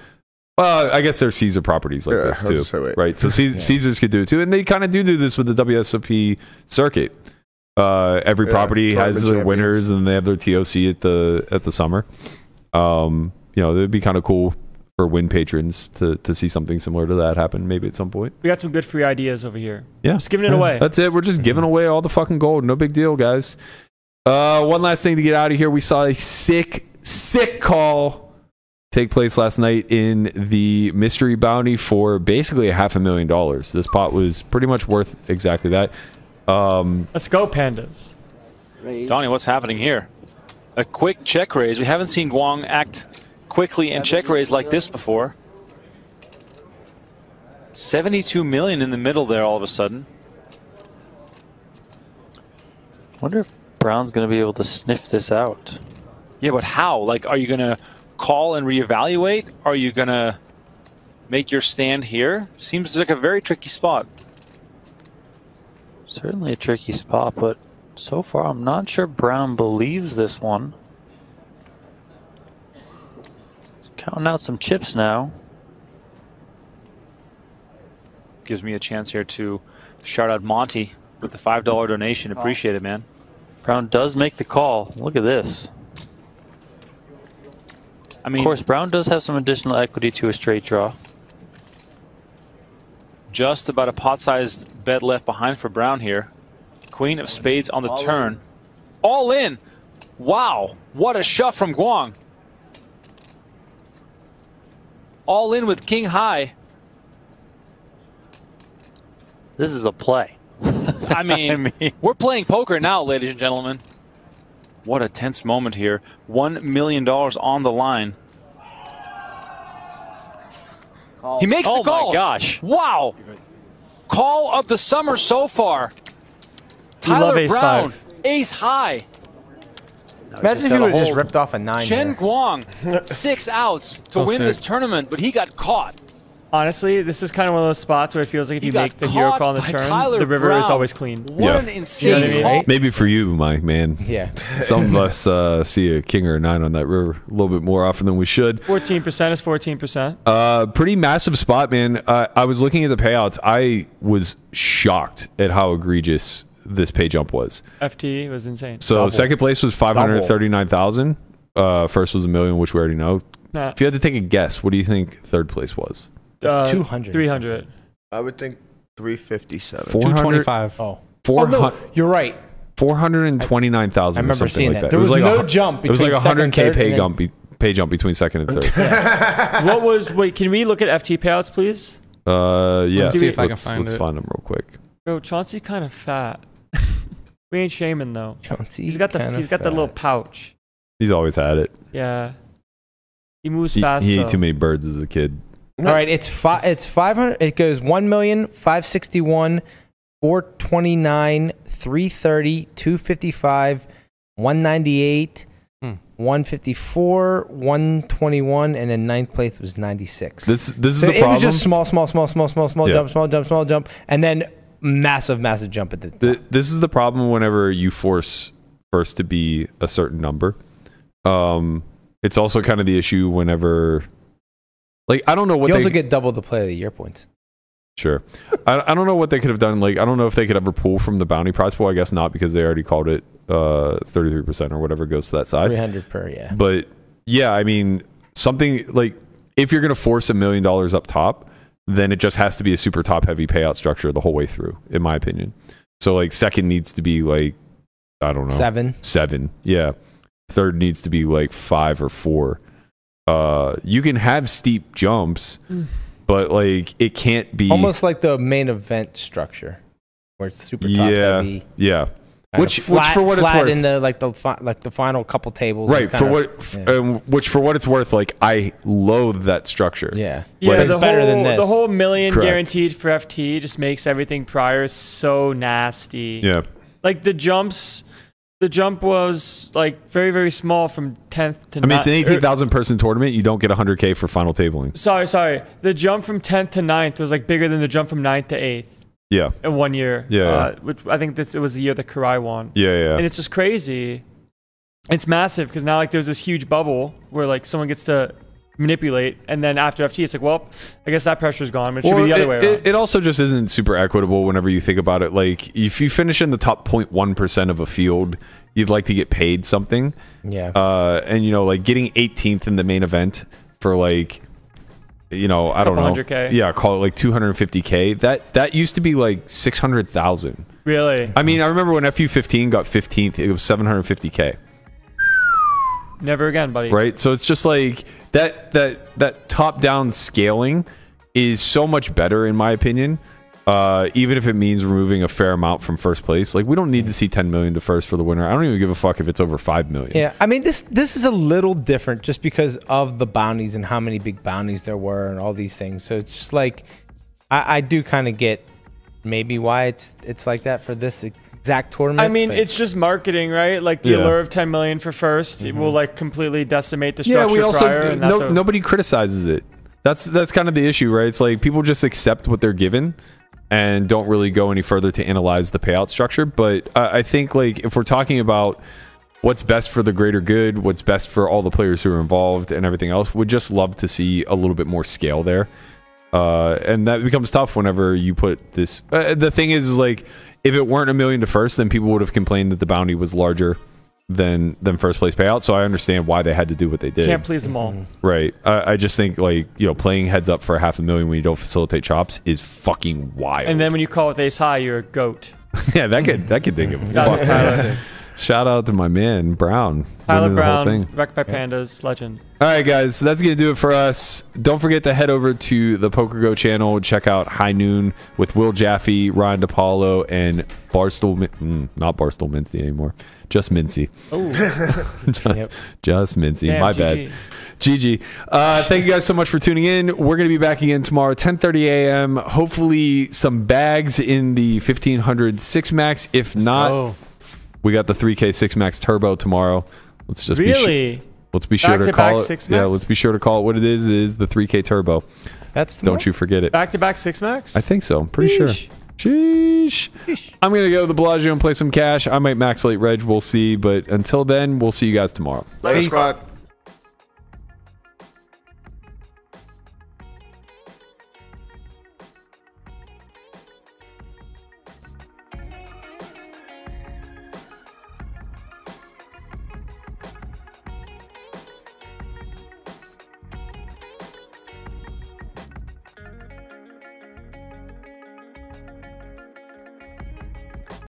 Speaker 5: Well, I guess there's Caesar properties like
Speaker 2: Yeah, I was
Speaker 5: this
Speaker 2: gonna say,
Speaker 5: too,
Speaker 2: wait.
Speaker 5: right? So Caesar, Caesars could do it too, and they kind of do do this with the WSOP circuit. Uh, every
Speaker 2: Yeah,
Speaker 5: property
Speaker 2: tournament
Speaker 5: has their
Speaker 2: champions.
Speaker 5: winners, and they have their TOC at the at the summer. Um, you know, it'd be kind of cool for Win patrons to to see something similar to that happen, maybe at some point.
Speaker 4: we got some good free ideas over here.
Speaker 5: Yeah.
Speaker 4: Just giving it
Speaker 5: Yeah.
Speaker 4: away.
Speaker 5: That's it. We're just giving away all the fucking gold. No big deal, guys. Uh, one last thing to get out of here. We saw a sick, sick call take place last night in the mystery bounty for basically a half a million dollars. This pot was pretty much worth exactly that. Um,
Speaker 4: Let's go, pandas.
Speaker 10: Donnie, what's happening here? A quick check raise. We haven't seen Guang act quickly and check raise like this before. 72 million in the middle there all of a sudden. Wonder if Brown's going to be able to sniff this out. Yeah, but how? Like, are you going to call and reevaluate? Are you going to make your stand here? Seems like a very tricky spot.
Speaker 11: Certainly a tricky spot, but so far I'm not sure Brown believes this one. Counting out some chips now.
Speaker 10: gives me a chance here to shout out Monty with the five dollar donation. Appreciate it, man.
Speaker 11: Brown does make the call. Look at this.
Speaker 10: I
Speaker 11: Of
Speaker 10: mean,
Speaker 11: course, Brown does have some additional equity to a straight draw.
Speaker 10: just about a pot-sized bet left behind for Brown here. Queen of spades on the turn. All in. Wow. What a shove from Guang. All in with king high.
Speaker 11: This is a play.
Speaker 10: I mean,
Speaker 11: I mean-
Speaker 10: we're playing poker now, ladies and gentlemen. What a tense moment here. $1 million on the line. He makes
Speaker 11: Oh
Speaker 10: the call.
Speaker 11: my gosh.
Speaker 10: Wow. Call of the summer so far. Tyler
Speaker 4: love ace
Speaker 10: Brown,
Speaker 4: five.
Speaker 10: ace high.
Speaker 6: Imagine if
Speaker 11: gotta
Speaker 6: you would have just
Speaker 11: hold.
Speaker 6: ripped off a nine.
Speaker 10: Chen
Speaker 6: here.
Speaker 10: Guang, six outs to
Speaker 3: So
Speaker 10: win this
Speaker 3: sick.
Speaker 10: tournament, but he got caught.
Speaker 4: Honestly, this is kind of one of those spots where it feels like if
Speaker 10: He
Speaker 4: you
Speaker 10: got
Speaker 4: make the hero
Speaker 10: caught
Speaker 4: call on the
Speaker 10: by
Speaker 4: turn,
Speaker 10: Tyler
Speaker 4: the river is
Speaker 10: Brown.
Speaker 4: always clean.
Speaker 10: What
Speaker 5: Yeah.
Speaker 10: an insane
Speaker 6: You know what I mean,
Speaker 10: call.
Speaker 6: right?
Speaker 5: Maybe for you, Mike, man.
Speaker 6: Yeah.
Speaker 5: Some of us uh, see a king or a nine on that river a little bit more often than we should.
Speaker 4: 14% is 14%.
Speaker 5: Uh, pretty massive spot, man. Uh, I was looking at the payouts. I was shocked at how egregious this pay jump was.
Speaker 4: FT was insane.
Speaker 5: So second place was five hundred thirty-nine thousand. Uh, first was a million, which we already know.
Speaker 4: Nah,
Speaker 5: If you had to take a guess, what do you think third place was?
Speaker 4: uh,
Speaker 6: 200.
Speaker 4: 300.
Speaker 2: I would think 357.
Speaker 5: 400
Speaker 3: 225.
Speaker 6: Oh. Oh, no,
Speaker 5: 400
Speaker 6: you're right.
Speaker 5: 429,000
Speaker 6: I
Speaker 5: or
Speaker 6: remember
Speaker 5: something
Speaker 6: seeing
Speaker 5: like
Speaker 6: that.
Speaker 5: that.
Speaker 6: There
Speaker 5: It
Speaker 6: was
Speaker 5: like
Speaker 6: no
Speaker 5: hu-
Speaker 6: jump
Speaker 5: It was like a
Speaker 6: between second and
Speaker 5: 100K
Speaker 6: third,
Speaker 5: pay,
Speaker 6: and then-
Speaker 5: jump, be- pay jump between second and third.
Speaker 4: What was, wait, can we look at FT payouts, please?
Speaker 5: uh, yeah.
Speaker 3: see if I can
Speaker 5: let's-
Speaker 3: find
Speaker 5: Let's
Speaker 3: it.
Speaker 5: find them real quick.
Speaker 4: Bro, Chauncey kind of fat. we ain't shaming though.
Speaker 6: Chauncey
Speaker 4: He's got the
Speaker 6: kinda
Speaker 4: he's got the little
Speaker 6: fat.
Speaker 4: pouch.
Speaker 5: He's always had it.
Speaker 4: Yeah. He moves
Speaker 5: He,
Speaker 4: fast.
Speaker 5: he
Speaker 4: though.
Speaker 5: ate too many birds as a kid.
Speaker 6: All right, it's five. It's five hundred. It goes one million five sixty-one, four twenty-nine, three thirty, two fifty-five, one ninety-eight,
Speaker 3: Hmm.
Speaker 6: one fifty-four, one twenty-one, and then ninth place was ninety-six.
Speaker 5: This this is
Speaker 6: So
Speaker 5: the
Speaker 6: it
Speaker 5: problem.
Speaker 6: was just small, small, small, small, small, small
Speaker 5: Yeah.
Speaker 6: jump, small jump, small jump, and then massive, massive jump at the.
Speaker 5: Th- this is the problem whenever you force first to be a certain number. Um, it's also kind of the issue whenever, like, I don't know what
Speaker 6: you
Speaker 5: they
Speaker 6: also get double the play of the year points.
Speaker 5: sure. I, I don't know what they could have done. Like, I don't know if they could ever pull from the bounty prize pool. I guess not because they already called it uh thirty three percent or whatever goes to that
Speaker 6: Three
Speaker 5: side.
Speaker 6: hundred per yeah.
Speaker 5: But yeah, I mean, something like if you're gonna force a million dollars up top, then it just has to be a super top heavy payout structure the whole way through, in my opinion. So like second needs to be like I don't know
Speaker 6: Seven.
Speaker 5: seven. Yeah. Third needs to be like five or four. Uh, you can have steep jumps, but like it can't be
Speaker 6: Mm. Almost like the main event structure, where it's super top
Speaker 5: yeah,
Speaker 6: heavy.
Speaker 5: yeah.
Speaker 6: Kind
Speaker 5: Which,
Speaker 6: of flat-
Speaker 5: which for what it's
Speaker 6: flat
Speaker 5: worth,
Speaker 6: into like the fi- like the final couple tables, is
Speaker 5: right? For
Speaker 6: kinda-
Speaker 5: what, f-
Speaker 6: yeah.
Speaker 5: um, which for what it's worth, like I loathe that structure.
Speaker 6: yeah.
Speaker 4: Yeah,
Speaker 5: But
Speaker 6: it's
Speaker 4: the
Speaker 6: better
Speaker 4: whole,
Speaker 6: than
Speaker 4: The
Speaker 6: this.
Speaker 4: whole million
Speaker 5: Correct.
Speaker 4: guaranteed for FT just makes everything prior so nasty.
Speaker 5: yeah.
Speaker 4: Like the jumps, the jump was like very, very small from 10th to
Speaker 5: I mean, it's an
Speaker 4: ni-
Speaker 5: eighteen
Speaker 4: or-
Speaker 5: thousand person tournament. You don't get hundred k for final tabling.
Speaker 4: Sorry, sorry. The jump from 10th to 9th was like bigger than the jump from 9th to 8th
Speaker 5: Yeah,
Speaker 4: in one year.
Speaker 5: Yeah,
Speaker 4: Uh, which I think this, it was the year that Karai won.
Speaker 5: yeah,
Speaker 4: And
Speaker 5: yeah.
Speaker 4: it's just crazy. It's massive because now like there's this huge bubble where like someone gets to manipulate, and then after FT, it's like, well, I guess that pressure's gone, but it should
Speaker 5: Well,
Speaker 4: be the other
Speaker 5: it,
Speaker 4: way around.
Speaker 5: it, it also just isn't super equitable whenever you think about it. Like, if you finish in the top 0.1% of a field, you'd like to get paid something.
Speaker 6: yeah.
Speaker 5: uh, and you know, like getting 18th in the main event for like, you know, I don't
Speaker 4: Couple
Speaker 5: know,
Speaker 4: hundred K.
Speaker 5: yeah, call it like 250k. That that used to be like 600,000.
Speaker 4: really,
Speaker 5: I mean, I remember when FU15 got 15th, it was 750k,
Speaker 4: never again, buddy.
Speaker 5: right? So it's just like that that that top down scaling is so much better in my opinion. Uh, even if it means removing a fair amount from first place, like we don't need to see 10 million to first for the winner. I don't even give a fuck if it's over 5 million.
Speaker 6: yeah, I mean this this is a little different just because of the bounties and how many big bounties there were and all these things. So it's just like I, I do kind of get maybe why it's it's like that for this exact tournament.
Speaker 4: I mean,
Speaker 6: but-
Speaker 4: it's just marketing, right? Like the
Speaker 5: Yeah. Mm-hmm.
Speaker 4: allure of 10 million for 1st it will like completely decimate the
Speaker 5: yeah
Speaker 4: structure
Speaker 5: we also uh,
Speaker 4: prior, and that's
Speaker 5: no,
Speaker 4: a-
Speaker 5: nobody criticizes it that's that's kind of the issue right it's like people just accept what they're given and don't really go any further to analyze the payout structure but uh, i think like if we're talking about what's best for the greater good what's best for all the players who are involved and everything else would just love to see a little bit more scale there uh, and that becomes tough whenever you put this uh, the thing is, is like if it weren't a million to first then people would have complained that the bounty was larger than than first place payout so i understand why they had to do what they did
Speaker 4: can't please them all.
Speaker 5: Right. I, I just think like you know playing heads up for half a million when you don't facilitate chops is fucking wild.
Speaker 4: And then when you call with ace high, you're a goat.
Speaker 5: yeah, that could that could dig him.
Speaker 4: That was Tyler.
Speaker 5: Shout out to my man Brown.
Speaker 4: Tyler
Speaker 5: winning the whole
Speaker 4: Brown, wrecked by pandas, legend.
Speaker 5: All right, guys, so that's going to do it for us. Don't forget to head over to the Poker Go channel. Check out High Noon with Will Jaffe, Ryan DiPaolo, and Barstool, Min- mm, not Barstool Mincy anymore, just Mincy. just, just Mincy.
Speaker 4: Oh. Damn,
Speaker 5: My
Speaker 4: GG.
Speaker 5: bad. GG. Uh, thank you guys so much for tuning in. We're going to be back again tomorrow, 10:30 a.m. Hopefully, some bags in the 1500 six max. If not,
Speaker 3: Oh.
Speaker 5: we got the 3K six max turbo tomorrow. Let's just be su-
Speaker 4: Really?
Speaker 5: Let's be sure to,
Speaker 4: Back-to-back
Speaker 5: call it.
Speaker 4: six
Speaker 5: yeah,
Speaker 4: max?
Speaker 5: let's be sure to call it what it is. Is the 3K turbo?
Speaker 6: That's
Speaker 5: Don't you forget it.
Speaker 4: Back to back six max?
Speaker 5: I think so. I'm pretty
Speaker 6: Yeesh.
Speaker 5: sure. Sheesh. I'm gonna go to the Bellagio and play some cash. I might max late reg. We'll see. But until then, we'll see you guys tomorrow.
Speaker 2: Later, squad.